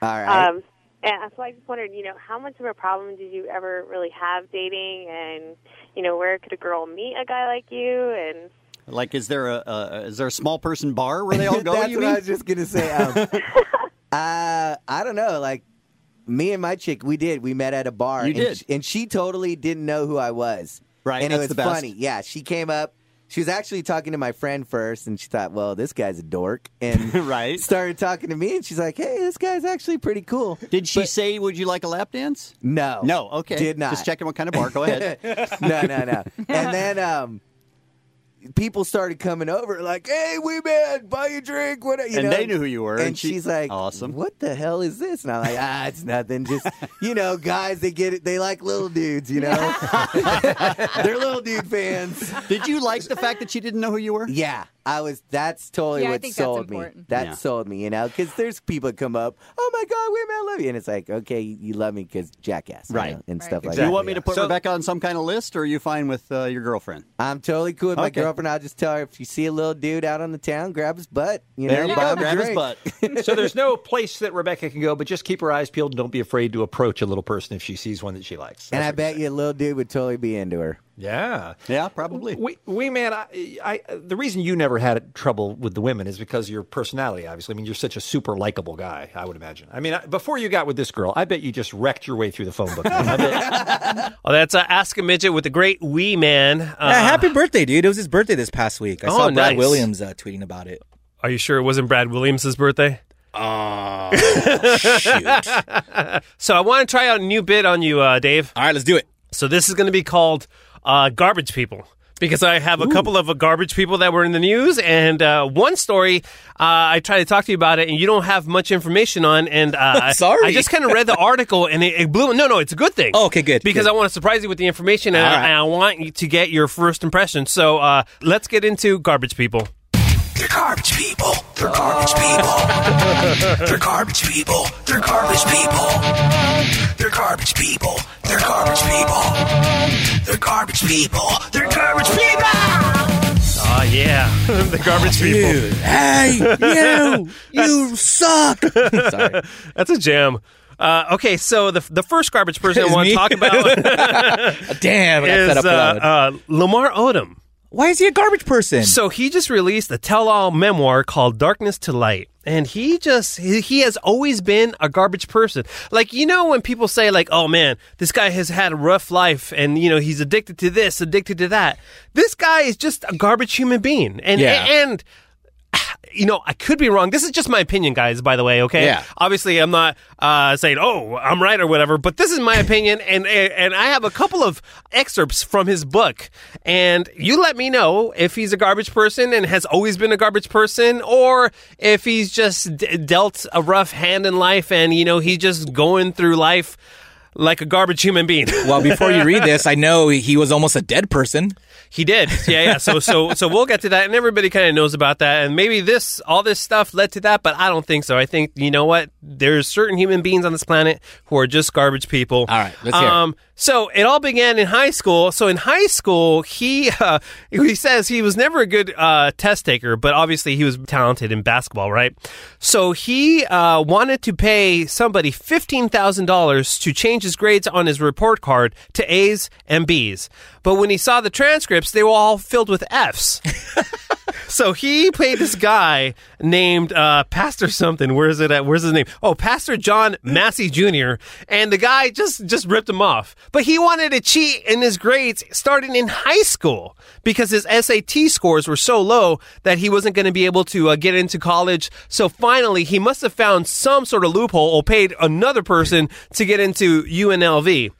All right. Um, and so I just wondered, you know, how much of a problem did you ever really have dating, and you know, where could a girl meet a guy like you? And Like, is there a, a is there a small person bar where they [LAUGHS] all go? That's you what mean? I was just gonna say. [LAUGHS] Um, uh, I don't know. Like me and my chick, we did. We met at a bar. You and did. sh- and she totally didn't know who I was. Right, and that's it was the best. funny. Yeah, she came up. She was actually talking to my friend first, and she thought, "Well, this guy's a dork," and [LAUGHS] right started talking to me, and she's like, "Hey, this guy's actually pretty cool." Did she say, "Would you like a lap dance"? No, No. Okay. did not. Just checking what kind of bar. Go ahead. [LAUGHS] no, no, no. And then um, people started coming over, like, "Hey, we man, buy you a drink, whatever." You And know? they knew who you were, And, and she- she's like, Awesome. What the hell is this? And I'm like, Ah, it's nothing. Just you know, guys, they get it. They like little dudes, [LAUGHS] you know. [LAUGHS] They're little dude fans. Did you like the fact that she didn't know who you were? Yeah, I was. That's totally Yeah, I what think that's sold me. important. That Yeah. sold me, you know, because there's people that come up. Oh my God, we man, I love you, and it's like, okay, you love me because jackass, you Right. know, and stuff like Do that. you want me to put So- Rebecca on some kind of list, or are you fine with uh, your girlfriend? I'm totally cool with my Okay. girlfriend. I'll just tell her if you see a little dude out on the town, grab his butt. You There know, you buy go, him a grab his drink. butt. [LAUGHS] so there's no place that Rebecca can go, but just keep her eyes peeled and don't be afraid to approach a little person if she sees one that she likes. and I bet you a little dude would totally be into her. Yeah. Yeah, probably. We, we man, I, I, the reason you never had trouble with the women is because of your personality, obviously. I mean, you're such a super likable guy, I would imagine. I mean, I, before you got with this girl, I bet you just wrecked your way through the [LAUGHS] phone book. I bet- Oh, that's uh, Ask a Midget with the great Wee Man. Uh, Yeah, happy birthday, dude! It was his birthday this past week. I Oh, saw Brad nice. Williams uh, tweeting about it. Are you sure it wasn't Brad Williams' birthday? Oh, [LAUGHS] so I want to try out a new bit on you, uh, Dave. All right, let's do it. So this is going to be called uh, Garbage People. Because I have a couple of uh, garbage people that were in the news, and uh, one story uh, I tried to talk to you about it, and you don't have much information on. And uh, [LAUGHS] Sorry. I just kind of read the article, and it, it blew. No, no, it's a good thing. Oh, okay, good, Because good. I want to surprise you with the information, and, All I, right. and I want you to get your first impression. So uh, let's get into garbage people. They're garbage people. They're garbage people. They're garbage people. They're garbage people. They're garbage people. They're garbage people. They're garbage people. They're garbage people. Oh yeah, [LAUGHS] the garbage people. hey, [LAUGHS] you, you [LAUGHS] suck. Sorry, that's a jam. Uh, okay, so the the first garbage person I Is want to [LAUGHS] me? talk about [LAUGHS] Damn, I got is set up uh, uh, Lamar Odom. Why is he a garbage person? So he just released a tell-all memoir called Darkness to Light. And he just he he has always been a garbage person. Like you know when people say like, "Oh man, this guy has had a rough life and you know he's addicted to this, addicted to that." This guy is just a garbage human being. And Yeah. and you know, I could be wrong. This is just my opinion, guys, by the way, okay? Yeah. Obviously, I'm not uh, saying, oh, I'm right or whatever, but this is my opinion. And, and I have a couple of excerpts from his book. And you let me know if he's a garbage person and has always been a garbage person, or if he's just d- dealt a rough hand in life and, you know, he's just going through life like a garbage human being. well, before you read this, I know he was almost a dead person. He did. Yeah, yeah. So so so we'll get to that and everybody kind of knows about that and maybe this all this stuff led to that, but I don't think so. I think you know what? There's certain human beings on this planet who are just garbage people. Um, All right, let's hear it. so it all began in high school. So in high school, he uh, [LAUGHS] he says he was never a good uh, test taker, but obviously he was talented in basketball, right? So he uh, wanted to pay somebody fifteen thousand dollars to change his grades on his report card to A's and B's. But when he saw the transcripts, they were all filled with F's. [LAUGHS] So he played this guy named uh, Pastor something. Where is it at? Where's his name? Oh, Pastor John Massey Jr. And the guy just just ripped him off. But he wanted to cheat in his grades starting in high school because his SAT scores were so low that he wasn't going to be able to uh, get into college. So finally, he must have found some sort of loophole or paid another person to get into UNLV.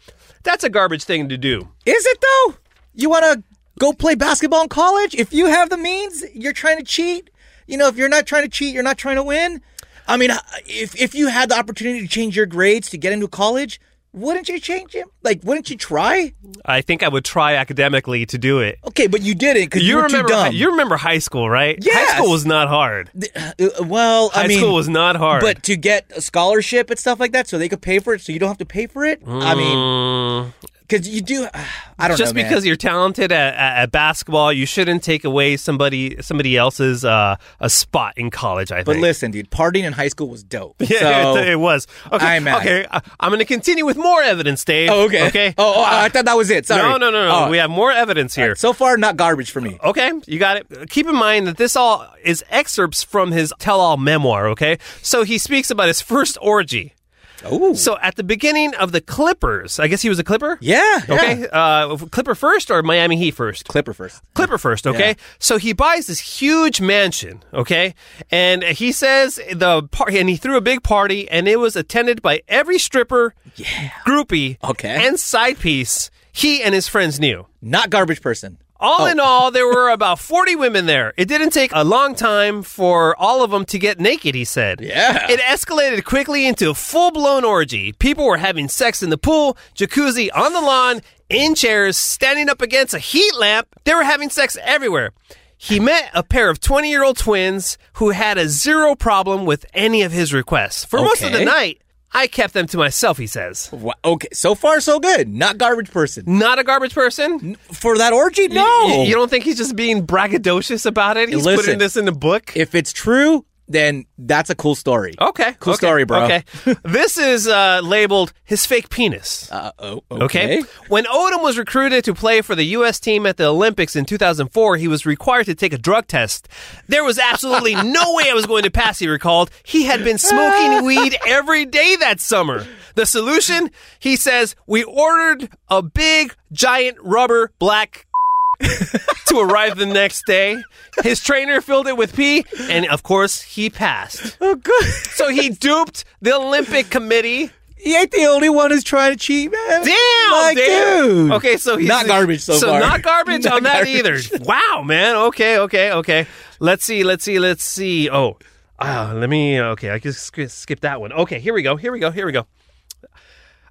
That's a garbage thing to do. Is it though? You want to go play basketball in college? If you have the means, you're trying to cheat. You know, if you're not trying to cheat, you're not trying to win. I mean, uh, if if you had the opportunity to change your grades to get into college, wouldn't you change it? Like, wouldn't you try? I think I would try academically to do it. Okay, but you didn't because you, were remember too hi- dumb. you remember high school, right? Yes. High school was not hard. Uh, well, I High mean, school was not hard. But to get a scholarship and stuff like that, so they could pay for it, so you don't have to pay for it. I mean, mean, because you do. [SIGHS] I don't Mm. just know, man. because you're talented at, at, at basketball, you shouldn't take away somebody somebody else's uh, a spot in college. I But think. listen, dude, partying in high school was dope. [LAUGHS] Yeah, So- it, it was. Okay, I'm mad. okay. I, am going to continue with more evidence, Dave. Oh, okay. Okay. Oh, oh, I thought that was it. Sorry. No, no, no, no. Oh. We have more evidence here. so far, not garbage for me. Okay, you got it. Keep in mind that this all is excerpts from his tell-all memoir. Okay, so he speaks about his first orgy. Oh. So at the beginning of the Clippers, I guess he was a Clipper? Yeah. Okay. Uh, Clipper first or Miami Heat first? Clipper first. Clipper first, okay? Yeah. So he buys this huge mansion, okay? And he says the party, and he threw a big party, and it was attended by every stripper, groupie, okay. and side piece he and his friends knew. Not garbage person. Oh. All in all, there [LAUGHS] were about 40 women there. It didn't take a long time for all of them to get naked, he said. Yeah. It escalated quickly into a full blown orgy. People were having sex in the pool, jacuzzi, on the lawn, in chairs, standing up against a heat lamp. They were having sex everywhere. He met a pair of 20 year old twins who had a zero problem with any of his requests. For most of the Okay. night, I kept them to myself, he says. Okay, so far so good. Not garbage person. Not a garbage person for that orgy. No, you, you don't think he's just being braggadocious about it? He's putting this in the book. If it's true, then that's a cool story. Okay. cool okay, story, bro. [LAUGHS] Okay. this is uh, labeled his fake penis. Uh oh. Okay. When Odom was recruited to play for the U.S. team at the Olympics in 2004, he was required to take a drug test. There was [LAUGHS] absolutely no way I was going to pass, he recalled. He had been [LAUGHS] smoking weed every day that summer. The solution? He says, we ordered a big, giant rubber black [LAUGHS] to arrive the next day. His trainer filled it with pee, and of course, he passed. Oh, good. So [LAUGHS] he duped the Olympic Committee. He ain't the only one who's trying to cheat, man. Damn, Like, dude. dude. Okay, so he's Not garbage so far. not garbage Not on that [LAUGHS] garbage. either. Wow, man. Okay, okay, okay. Let's see. Let's see. Let's see. Oh, ah, let me. Okay, I can sk- skip that one. Okay, here we go. Here we go. Here we go.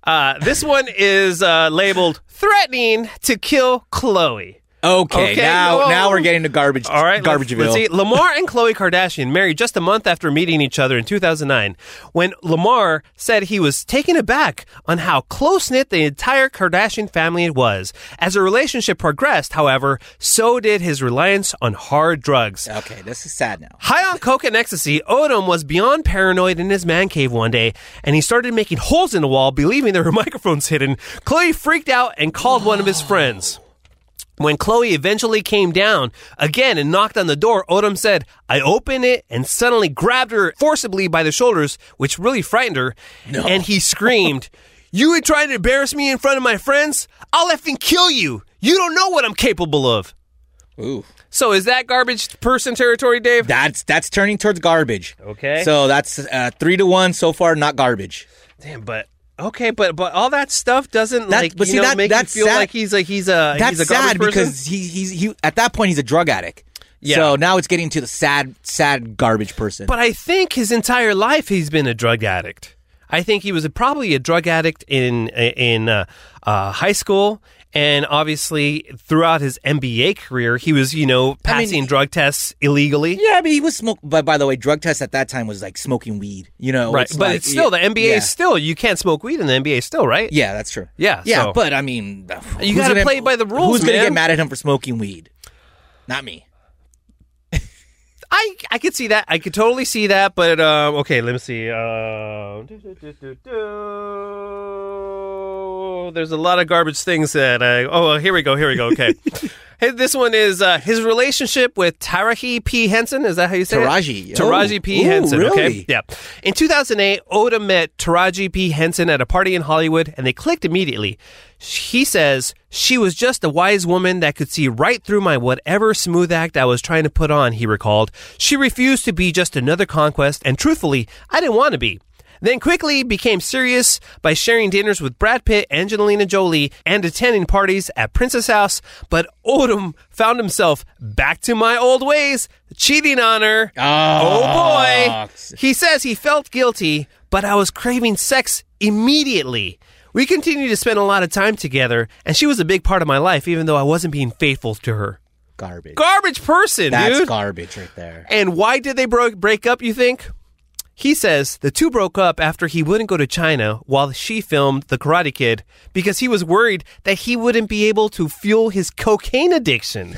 Uh, this one is uh, labeled "threatening to kill Chloe." Okay, now whoa. now we're getting to garbage. All right, garbage Let's see. Lamar and Khloe Kardashian married just a month after meeting each other in 2009 when Lamar said he was taken aback on how close knit the entire Kardashian family was. As their relationship progressed, however, so did his reliance on hard drugs. Okay, this is sad now. High on coke and ecstasy, Odom was beyond paranoid in his man cave one day, and he started making holes [LAUGHS] in the wall, believing there were microphones hidden. Chloe freaked out and called one of his friends. When Chloe eventually came down again and knocked on the door, Odom said, I opened it and suddenly grabbed her forcibly by the shoulders, which really frightened her. And he screamed, You were trying to embarrass me in front of my friends? I'll effing kill you. You don't know what I'm capable of. Ooh. So is that garbage person territory, Dave? That's that's turning towards garbage. Okay. So that's uh, three to one so far. Not garbage. Damn, but okay, but but all that stuff doesn't That- like but you see, know, that- make that's you feel sad. like he's a he's a that's Uh, he's a garbage sad person? because he, he's he at that point he's a drug addict. Yeah. So now it's getting to the sad sad garbage person. But I think his entire life he's been a drug addict. I think he was probably a drug addict in in uh, uh, high school, and obviously throughout his MBA career, he was you know passing drug tests illegally. yeah, I mean he was smoke. But by the way, drug test at that time was like smoking weed. You know, right, but like- it's still the NBA yeah. is still you can't smoke weed in the NBA still, right? Yeah, that's true. Yeah, yeah. so- But I mean, You who's gotta gonna- play by the rules, Who's gonna man. get mad at him for smoking weed? Not me. I I could see that. I could totally see that. But uh, okay, let me see. Uh, there's a lot of garbage things that I. Oh, well, here we go. Here we go. [LAUGHS] Okay. Hey, this one is uh, his relationship with Taraji P. Henson. Is that how you say Taraji. it? Taraji Oh. P. Ooh, Henson. Okay. really? Yeah. In 2008, Oda met Taraji P. Henson at a party in Hollywood, and they clicked immediately. He says, She was just a wise woman that could see right through my whatever smooth act I was trying to put on, he recalled. She refused to be just another conquest, and truthfully, I didn't want to be. Then quickly became serious by sharing dinners with Brad Pitt, Angelina Jolie, and attending parties at Princess House. But Odom found himself back to my old ways, cheating on her. Oh, boy. He says he felt guilty, but I was craving sex immediately. We continued to spend a lot of time together, and she was a big part of my life, even though I wasn't being faithful to her. Garbage. Garbage person, That's dude. garbage right there. And why did they bro- break up, you think? He says the two broke up after he wouldn't go to China while she filmed The Karate Kid because he was worried that he wouldn't be able to fuel his cocaine [LAUGHS] addiction.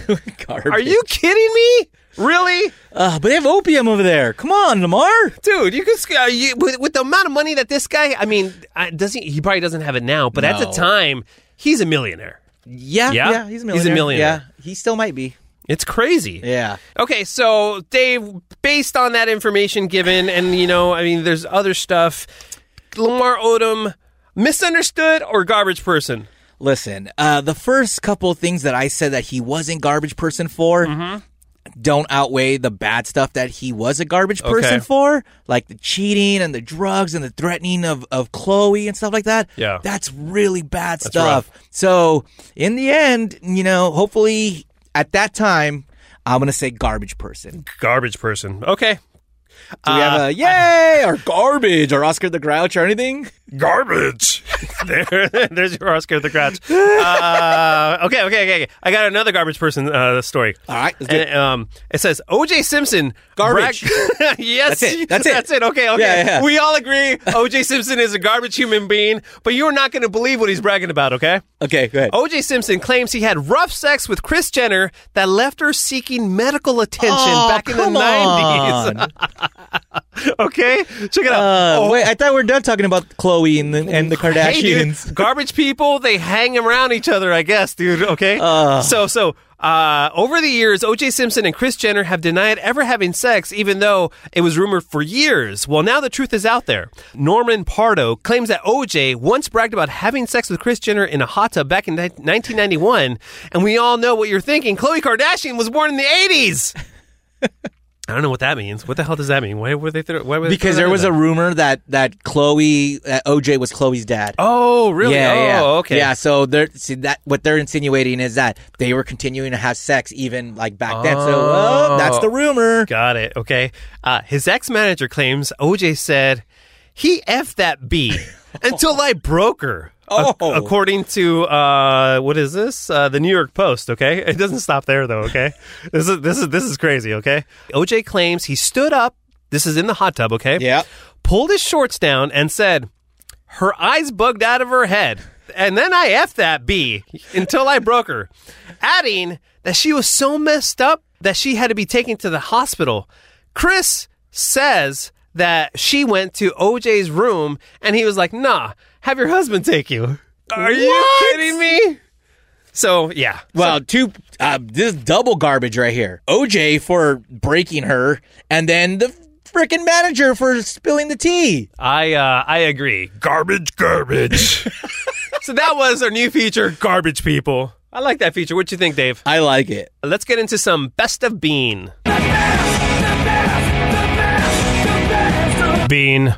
Are you kidding me? Really? Uh, but they have opium over there. Come on, Lamar. Dude, you could sc- uh, you, with, with the amount of money that this guy, I mean, I, does he, he probably doesn't have it now, but at the No. time, he's a millionaire. Yeah, yeah, he's a millionaire. He's a millionaire. Yeah, he still might be. It's crazy. Yeah. Okay, so Dave, based on that information given, and you know, I mean, there's other stuff. Lamar Odom, misunderstood or garbage person? Listen, uh, the first couple of things that I said that he wasn't garbage person for Mm-hmm. don't outweigh the bad stuff that he was a garbage person Okay. for, like the cheating and the drugs and the threatening of, of Chloe and stuff like that. Yeah. That's really bad That's stuff. So in the end, you know, hopefully at that time, I'm gonna say garbage person. Garbage person. Okay. Do we Uh, have a yay or garbage or Oscar the Grouch or anything? Garbage. [LAUGHS] there, there's your Oscar the Grouch. Uh, okay, okay, okay, okay. I got another garbage person uh, story. All right, and, um, it says O.J. Simpson Garbage. brag- [LAUGHS] yes, That's it, that's it. That's it. Okay, okay. Yeah, yeah. We all agree O.J. Simpson is a garbage human being, but you're not going to believe what he's bragging about. Okay. Okay, go ahead. O.J. Simpson claims he had rough sex with Chris Jenner that left her seeking medical attention Oh, back in the come 90s. okay, check it out. Uh, Oh. Wait, I thought we are done talking about Chloe and the, and the Kardashians. Hey, dude, [LAUGHS] garbage people, they hang around each other, I guess, dude. Okay. so, so. Uh, over the years, OJ Simpson and Chris Jenner have denied ever having sex, even though it was rumored for years. Well, now the truth is out there. Norman Pardo claims that OJ once bragged about having sex with Chris Jenner in a hot tub back in ni- 1991, and we all know what you're thinking. Khloe Kardashian was born in the 80s. I don't know what that means. What the hell does that mean? Why were they? Throw, why were they because throwing [LAUGHS] there that was in a rumor that that Chloe that OJ was Chloe's dad. Oh, really? Yeah, Oh, yeah. okay. Yeah, so they're see that what they're insinuating is that they were continuing to have sex even like back then. So oh, that's the rumor. Got it. Okay. Uh, his ex manager claims OJ said he effed that [LAUGHS] B until I broke her. Oh. according to uh, what is this? Uh, the New York Post. Okay, it doesn't stop there though. [LAUGHS] Okay, this is this is this is crazy. Okay, OJ claims he stood up. This is in the hot tub. Okay, yeah, pulled his shorts down and said, her eyes bugged out of her head. And then I F that B until I broke her, adding that she was so messed up that she had to be taken to the hospital. Chris says that she went to OJ's room and he was like, nah, have your husband take you. Are you kidding me? So yeah. Well, two uh, this is double garbage right here. OJ for breaking her, and then the freaking manager for spilling the tea. I uh, I agree. Garbage, garbage. so that was our new feature, garbage people. I like that feature. What you think, Dave? I like it. Let's get into some best of Bean. Bean.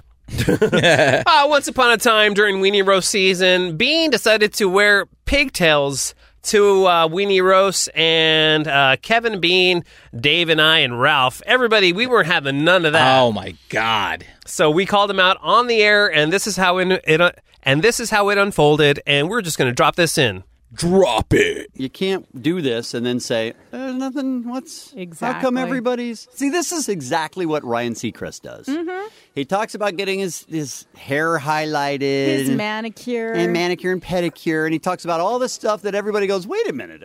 uh, once upon a time during Weenie Roast season, Bean decided to wear pigtails to uh, Weenie Roast, and uh, Kevin Bean, Dave, and I, and Ralph, everybody, we weren't having none of that. Oh my God! So we called him out on the air, and this is how it, it uh, and this is how it unfolded, and we're just going to drop this in. Drop it. You can't do this and then say, there's nothing. What's exactly. how come Exactly. everybody's see? This is exactly what Ryan Seacrest does. Mhm. He talks about getting his his hair highlighted, His and- manicure. and manicure and pedicure, and he talks about all this stuff that everybody goes, wait a minute.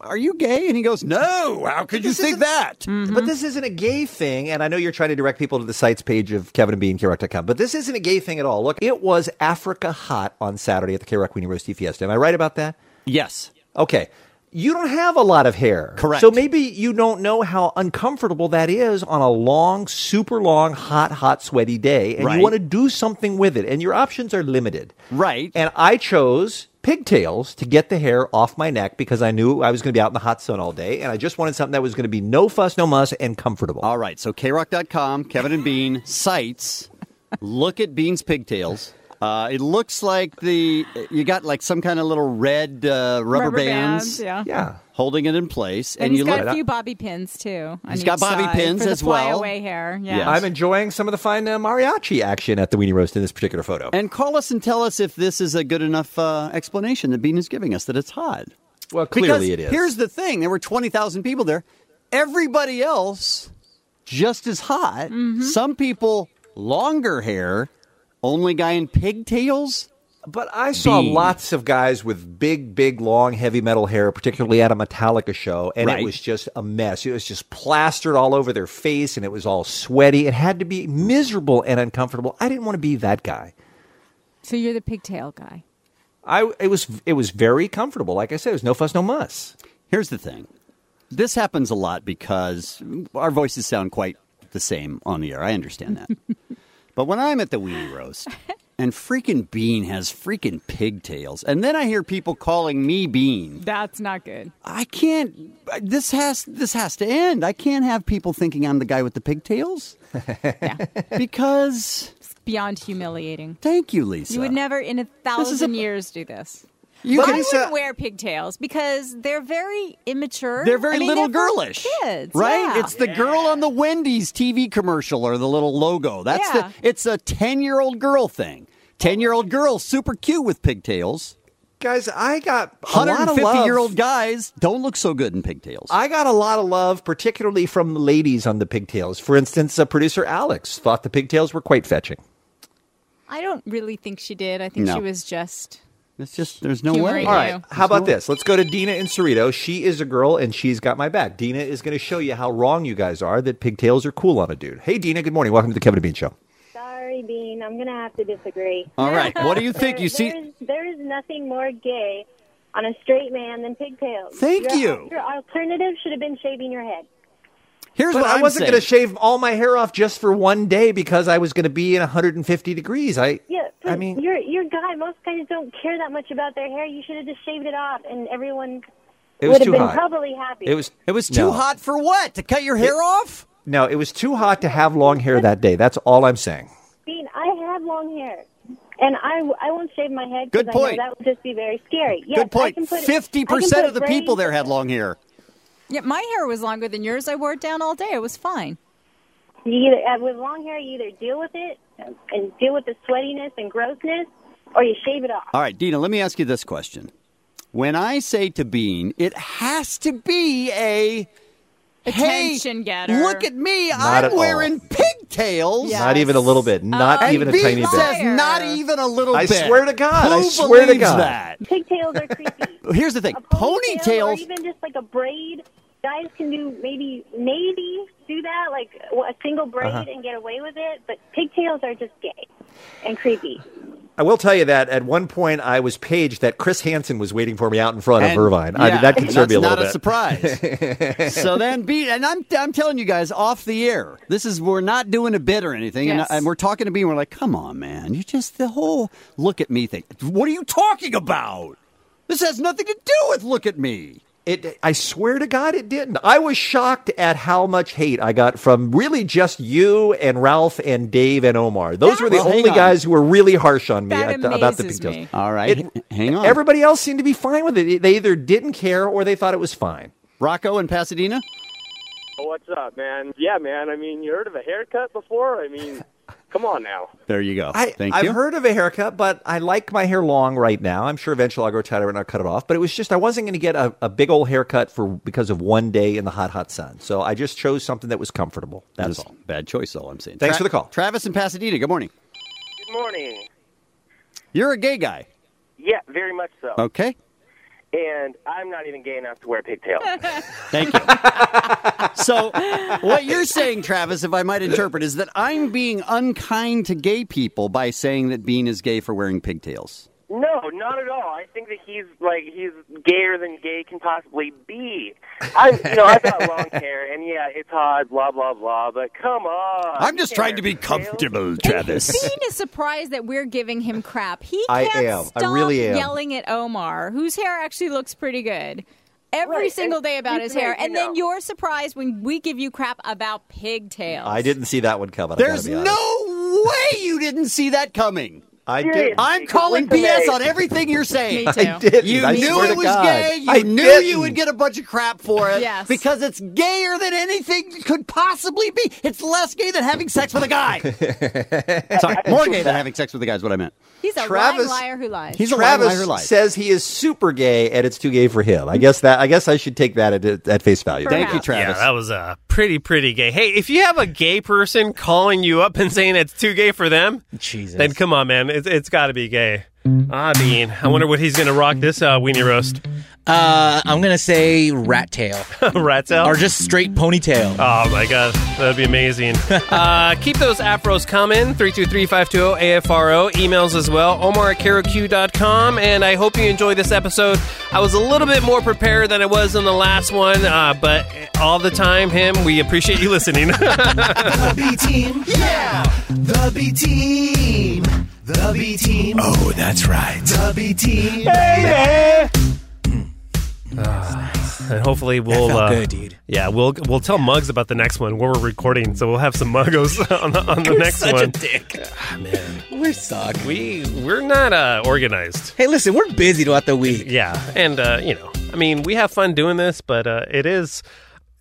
Are you gay? And he goes, No, how could you think that? But this isn't a gay thing, and I know you're trying to direct people to the site's page of kevinandbeankrec.com, but this isn't a gay thing at all. Look, it was Africa Hot on Saturday at the K Rock Weenie Roast Tea Fiesta. Am I right about that? Yes. Okay. You don't have a lot of hair. Correct. So maybe you don't know how uncomfortable that is on a long, super long, hot, hot, sweaty day, and Right. you want to do something with it, and your options are limited. Right. And I chose pigtails to get the hair off my neck because I knew I was going to be out in the hot sun all day, and I just wanted something that was going to be no fuss, no muss, and comfortable. All right, so krock.com, Kevin and Bean, sites. Look at Bean's pigtails. Uh, it looks like the you got like some kind of little red uh, rubber, Rubber bands, bands, yeah. Yeah. holding it in place, and, and he's you got look a few bobby pins too. on He's got each bobby side pins for as the well. Flyaway hair. Yeah. I'm enjoying some of the fine uh, mariachi action at the Weenie Roast in this particular photo. and call us and tell us if this is a good enough uh, explanation that Bean is giving us that it's hot. Well, clearly Because it is. Here's the thing: there were twenty thousand people there. Everybody else just as hot. Mm-hmm. Some people longer hair. Only guy in pigtails. But I saw lots of guys with big, big, long, heavy metal hair, particularly at a Metallica show, and Right. it was just a mess. It was just plastered all over their face, and it was all sweaty. It had to be miserable and uncomfortable. I didn't want to be that guy. So you're the pigtail guy. I it was it was very comfortable. Like I said, it was no fuss, no muss. Here's the thing. This happens a lot because our voices sound quite the same on the air. I understand that. [LAUGHS] but when I'm at the Weenie Roast and freaking Bean has freaking pigtails, and then I hear people calling me Bean. That's not good. I can't. This has this has to end. I can't have people thinking I'm the guy with the [LAUGHS] pigtails. because It's beyond humiliating. thank you, Lisa. You would never in a thousand years do this. You I can- wouldn't Lisa- wear pigtails because they're very immature. They're very I mean, little they're for girlish, kids, right? yeah. It's the girl on the Wendy's TV commercial or the little logo. That's Yeah. the. It's a ten-year-old girl thing. Ten-year-old girl, super cute with pigtails. Guys, I got a lot of love. 150 year old guys don't look so good in pigtails. I got a lot of love, particularly from the ladies on the pigtails. For instance, uh, producer Alex thought the pigtails were quite fetching. I don't really think she did. I think No. she was just. It's just there's no Humoring way. you. All right. There's How about no- this? Let's go to Dina and Cerrito. She is a girl and she's got my back. Dina is going to show you how wrong you guys are that pigtails are cool on a dude. Hey, Dina. Good morning. Welcome to the Kevin and Bean Show. Sorry, Bean. I'm going to have to disagree. All [LAUGHS] right. What do you There- think? You see- There is, there is nothing more gay on a straight man than pigtails. Thank Your- you. Your alternative should have been shaving your head. Here's but what I I'm wasn't saying. going to shave all my hair off just for one day because I was going to be in 150 degrees. I Yeah, but I mean- you're, you're a guy. Most guys don't care that much about their hair. You should have just shaved it off, and everyone It was would have too been hot. probably happy. it was it was too hot for what? To cut your hair off? No, it was too hot to have long hair that day. That's all I'm saying. Bean, I have long hair, and I, w- I won't shave my head. Good 'cause I know point. that would just be very scary. Yes, Good I can point. put- I can Fifty percent put of the braids- people there had long hair. Yeah, my hair was longer than yours. I wore it down all day. It was fine. You either uh, with long hair, you either deal with it and deal with the sweatiness and grossness, or you shave it off. All right, Dina, let me ask you this question. When I say to Bean, it has to be a Attention hey, getter. Look at me, Not at I'm all. wearing pigtails. Not even a little bit. Not and even a Um, Bean tiny Uh, says bit. Not even a little I bit. swear to God. I Who swear to believes God. that? Pigtails are creepy. [LAUGHS] Here's the thing. or [LAUGHS] Ponytails. even just like a braid. Guys can do maybe maybe do that, like a single braid Uh-huh. and get away with it. But pigtails are just gay and creepy. I will tell you that at one point I was paged that Chris Hansen was waiting for me out in front of And- Irvine. I, yeah, that concerned that's me a little not bit. a [LAUGHS] surprise. so then, Bean, and I'm, I'm telling you guys off the air, this is, we're not doing a bit or anything. Yes. And, and we're talking to Bean, we're like, come on, man. You just, the whole look at me thing. What are you talking about? This has nothing to do with look at me. It, I swear to God, it didn't. I was shocked at how much hate I got from really just you and Ralph and Dave and Omar. Those were the Well, hang only on. guys who were really harsh on me That at the- about the amazes pigtails. me. All right, h- hang on. Everybody else seemed to be fine with it. They either didn't care or they thought it was fine. Rocco in Pasadena? What's up, man? Yeah, man. I mean, you heard of a haircut before? I [LAUGHS] mean, come on now. There you go. I, Thank I've you. heard of a haircut, but I like my hair long right now. I'm sure eventually I'll grow tighter and I'll cut it off. But it was just I wasn't going to get a, a big old haircut for because of one day in the hot, hot sun. So I just chose something that was comfortable. That's all. Bad choice, all I'm saying. Thanks Tra- for the call. Travis in Pasadena, good morning. Good morning. You're a gay guy. Yeah, very much so. Okay. And I'm not even gay enough to wear pigtails. Thank you. so, what you're saying, Travis, if I might interpret, is that I'm being unkind to gay people by saying that Bean is gay for wearing pigtails. [LAUGHS] no, not at all. I think that he's like he's gayer than gay can possibly be. I, you know, I've [LAUGHS] got long hair, and yeah, it's hot, blah blah blah. But come on, I'm just trying to be comfortable, Travis. [LAUGHS] Bean is surprised that we're giving him crap. He I can't am. I stop really am. yelling at Omar, whose hair actually looks pretty good. Every Right, single and day about you his think, hair, you and then you're surprised when we give you crap about pigtails. I didn't see that one coming. There's I gotta be honest. no way you didn't see that coming. I did. I'm calling Listen, BS hey. on everything you're saying. Me [LAUGHS] too. I didn't. You I knew swear it to was God. gay. You I knew you didn't. would get a bunch of crap for it Yes. because it's gayer than anything could possibly be. It's less gay than having sex with a [LAUGHS] [LAUGHS] guy. Sorry, more gay than having sex with a guy is what I meant. He's a Travis- lying liar who lies. He's a liar, Travis liar, liar. says he is super gay and it's too gay for him. I guess that I guess I should take that at, at face value. Yeah, that was uh, pretty, pretty gay. Hey, if you have a gay person calling you up and saying it's too gay for them, Jesus. then come on, man. It's, it's got to be gay. I mean, I wonder what he's going to rock this uh, weenie roast. Uh, I'm gonna say rat tail, [LAUGHS] rat tail, or just straight ponytail. Oh my god, that'd be amazing. uh, keep those afros coming. oh, 323-520-AFRO. Emails as well. Omar at caroq.com. And I hope you enjoyed this episode. I was a little bit more prepared than I was in the last one, uh, but all the time, him, we appreciate you listening. [LAUGHS] The B team. Yeah. The B team. The B team. Oh, that's right. The B team. Baby. Ah, and hopefully we'll felt uh, good, dude. yeah we'll we'll tell Mugs about the next one where we're recording so we'll have some Muggos [LAUGHS] on the, on the next such a one Ah, dick. man we suck we we're not uh, organized [LAUGHS] hey listen we're busy throughout the week yeah and uh, you know I mean we have fun doing this but uh, it is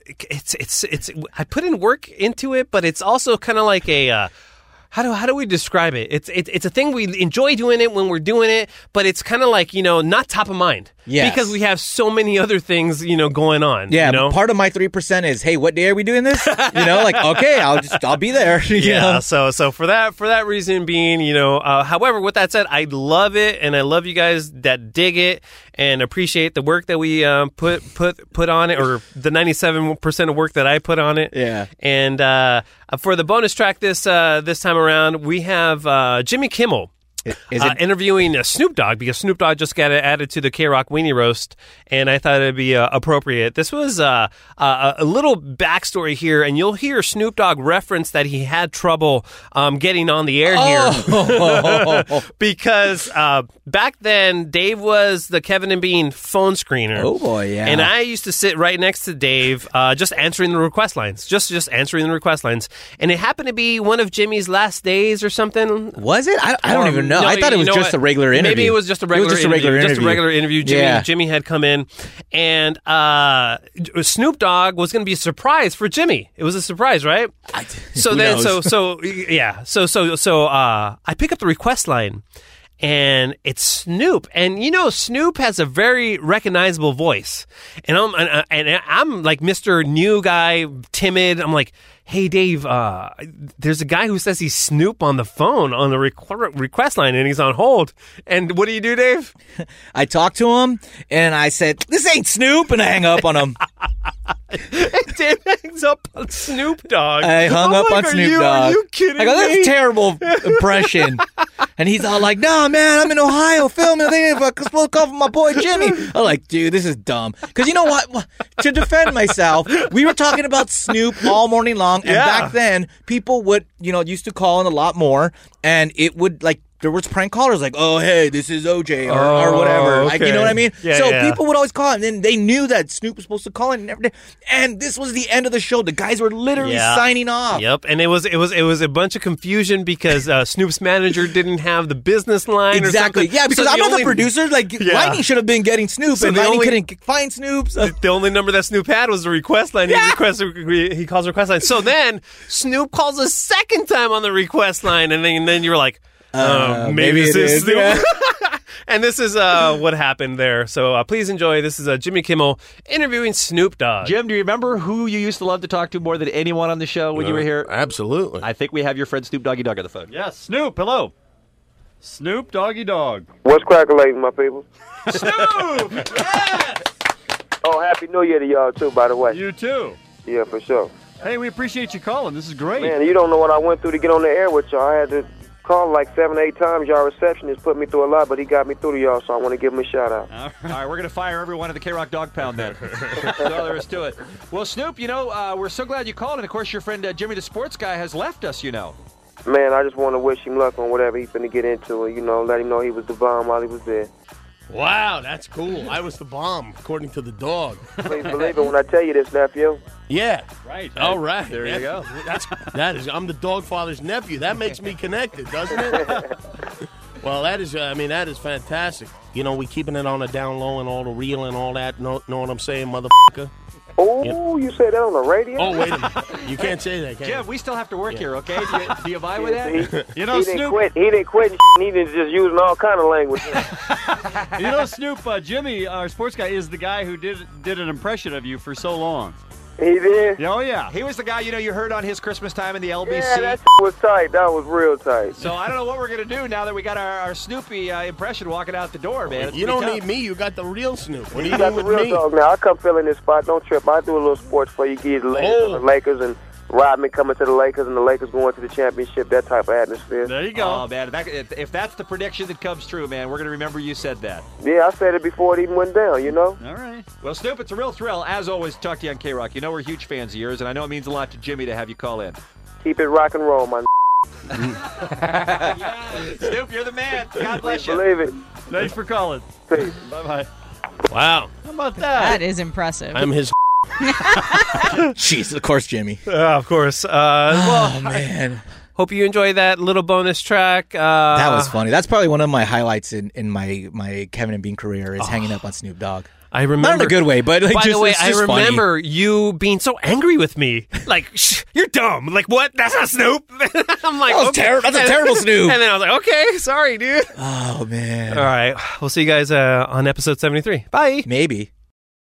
it's it's it's I put in work into it but it's also kind of like a uh, how do, how do we describe it? It's, it's it's a thing we enjoy doing it when we're doing it, but it's kind of like you know not top of mind, Yes. because we have so many other things you know going on. Yeah, you know? part of my three percent is, hey, what day are we doing this? You [LAUGHS] know, like okay, I'll just I'll be there. [LAUGHS] you yeah. know? So so for that for that reason being, you know. Uh, however, with that said, I love it, and I love you guys that dig it and appreciate the work that we um, put put put on it, or the ninety seven percent of work that I put on it. Yeah. And uh, for the bonus track this uh, this time around, we have uh, Jimmy Kimmel. uh, interviewing uh, Snoop Dogg because Snoop Dogg just got added to the K Rock Weenie Roast, and I thought it'd be uh, appropriate. This was uh, uh, a little backstory here, and you'll hear Snoop Dogg reference that he had trouble um, getting on the air Oh. here [LAUGHS] because uh, back then Dave was the Kevin and Bean phone screener. Oh, boy, yeah. and I used to sit right next to Dave, uh, just answering the request lines, just just answering the request lines, and it happened to be one of Jimmy's last days or something. Was it? I, I don't Or- even know. no, I thought it you was know what? just a regular interview. Maybe it was just a regular, just a regular interview. Just a interview. regular interview. Jimmy, Yeah. Jimmy had come in, and uh, Snoop Dogg was going to be a surprise for Jimmy. It was a surprise, right? [LAUGHS] so who then, so knows? so yeah, so so so uh, I pick up the request line. And it's Snoop, and you know Snoop has a very recognizable voice, and I'm and, uh, and I'm like Mr. New Guy, timid. I'm like, hey Dave, uh, there's a guy who says he's Snoop on the phone on the requ- request line, and he's on hold. And what do you do, Dave? [LAUGHS] I talked to him and I said, "This ain't Snoop," and I hang up on [LAUGHS] him. Dave hangs up on Snoop Dogg. I hung I'm up like, on "Are Snoop you- Dogg. Are you kidding I go, me? [LAUGHS] "That's a terrible impression." And he's all like, nah, man, I'm in Ohio filming. I think I supposed to call from my boy Jimmy. I'm like, dude, this is dumb. Because you know what? Wha- To defend myself, we were talking about Snoop all morning long. And Yeah. back then, people would, you know, used to call in a lot more. And it would, like, there was prank callers like, oh, hey, this is OJ or, or Oh, whatever. Like, you know what I okay. mean? Yeah, so yeah. people would always call. And then they knew that Snoop was supposed to call in and everything. And this was the end of the show. The guys were literally Yeah. signing off. Yep, and it was it was it was a bunch of confusion because uh, Snoop's manager didn't have the business line. or Exactly. something. Yeah, because So I'm not only- the producer. Like Yeah. Lightning should have been getting Snoop, So and the Lightning only- couldn't find Snoop. So. [LAUGHS] The only number that Snoop had was the request line. He requests he calls request line. [LAUGHS] So then Snoop calls a second time on the request line, and then and then you're like, uh, Uh, maybe, maybe this it is is, Snoop. yeah. [LAUGHS] and this is uh, what happened there. So uh, please enjoy. This is uh, Jimmy Kimmel interviewing Snoop Dogg. Jim, do you remember who you used to love to talk to more than anyone on the show when you Uh, were here? Absolutely. I think we have your friend Snoop Doggy Dogg on the phone. Yes, Snoop. Hello. Snoop Doggy Dog. What's crackling, my people? [LAUGHS] Snoop! Oh, happy New Year to y'all too, by the way. you too. Yeah, for sure. Hey, we appreciate you calling. This is great. Man, you don't know what I went through to get on the air with y'all. I had to call like seven, eight times. Y'all receptionist put me through a lot, but he got me through to y'all, so I want to give him a shout out. All right, we're going to fire everyone at the K Rock Dog Pound then. That's all there is to it. Well, Snoop, you know, uh, we're so glad you called. And of course, your friend uh, Jimmy the Sports Guy has left us, you know. Man, I just want to wish him luck on whatever he's finna get into, and you know, let him know he was the bomb while he was there. Wow, that's cool. I was the bomb, according to the dog. Please believe it when I tell you this, nephew. Yeah. Right. All right. There you go. That's that is. I'm the dog father's nephew. That makes me connected, doesn't [LAUGHS] it? well, that is. uh, I mean, that is fantastic. You know, we keeping it on the down low and all the real and all that. Know, know what I'm saying, motherfucker? Oh, you said that on the radio? Oh, wait a minute. You can't say that, can Jim, you? we We still have to work Yeah. here, okay? Do you, do you vibe with [LAUGHS] that? [LAUGHS] he didn't quit. He didn't quit. And he didn't just using all kind [LAUGHS] of language. you know, Snoop, uh, Jimmy, our sports guy, is the guy who did did an impression of you for so long. He did. Oh yeah. He was the guy, you know, you heard on his Christmas time in the LBC. yeah, that was tight. That was real tight. So I don't know what we're going to do now that we got our, our Snoopy uh, impression walking out the door, man. It's You pretty don't tough. need me. You got the real Snoop. What do you you got doing the with real me? dog now. I come fill in this spot. Don't trip. I do a little sports for you. Get the Lakers, Oh. the Lakers and Rodman coming to the Lakers and the Lakers going to the championship. That type of atmosphere. There you Oh, man. That, if, if that's the prediction that comes true, man, we're going to remember you said that. Yeah, I said it before it even went down. You know. All right. Well, Snoop, it's a real thrill, as always, to talk to you on K Rock. You know, we're huge fans of yours, and I know it means a lot to Jimmy to have you call in. Keep it rock and roll, Oh, my. Snoop, you're the man. God bless you. Believe it. Thanks for calling. Bye bye. Wow. How about That that? is impressive. I'm [LAUGHS] [LAUGHS] his. Jeez, of course, Jimmy. Uh, of course. Uh, well, Oh, man. hope you enjoy that little bonus track. Uh, That was funny. That's probably one of my highlights in, in my, my Kevin and Bean career is hanging up on Snoop Dogg. Oh. I remember. Not in a good way, but like, by just, the way, it's just I funny. remember you being so angry with me. [LAUGHS] Like, Shh, you're dumb. Like, what? That's not Snoop. I'm like, That was okay. terri- that's a terrible Snoop. [LAUGHS] And then I was like, okay, sorry, dude. Oh man. All right, we'll see you guys uh, on episode seventy three. Bye. Maybe.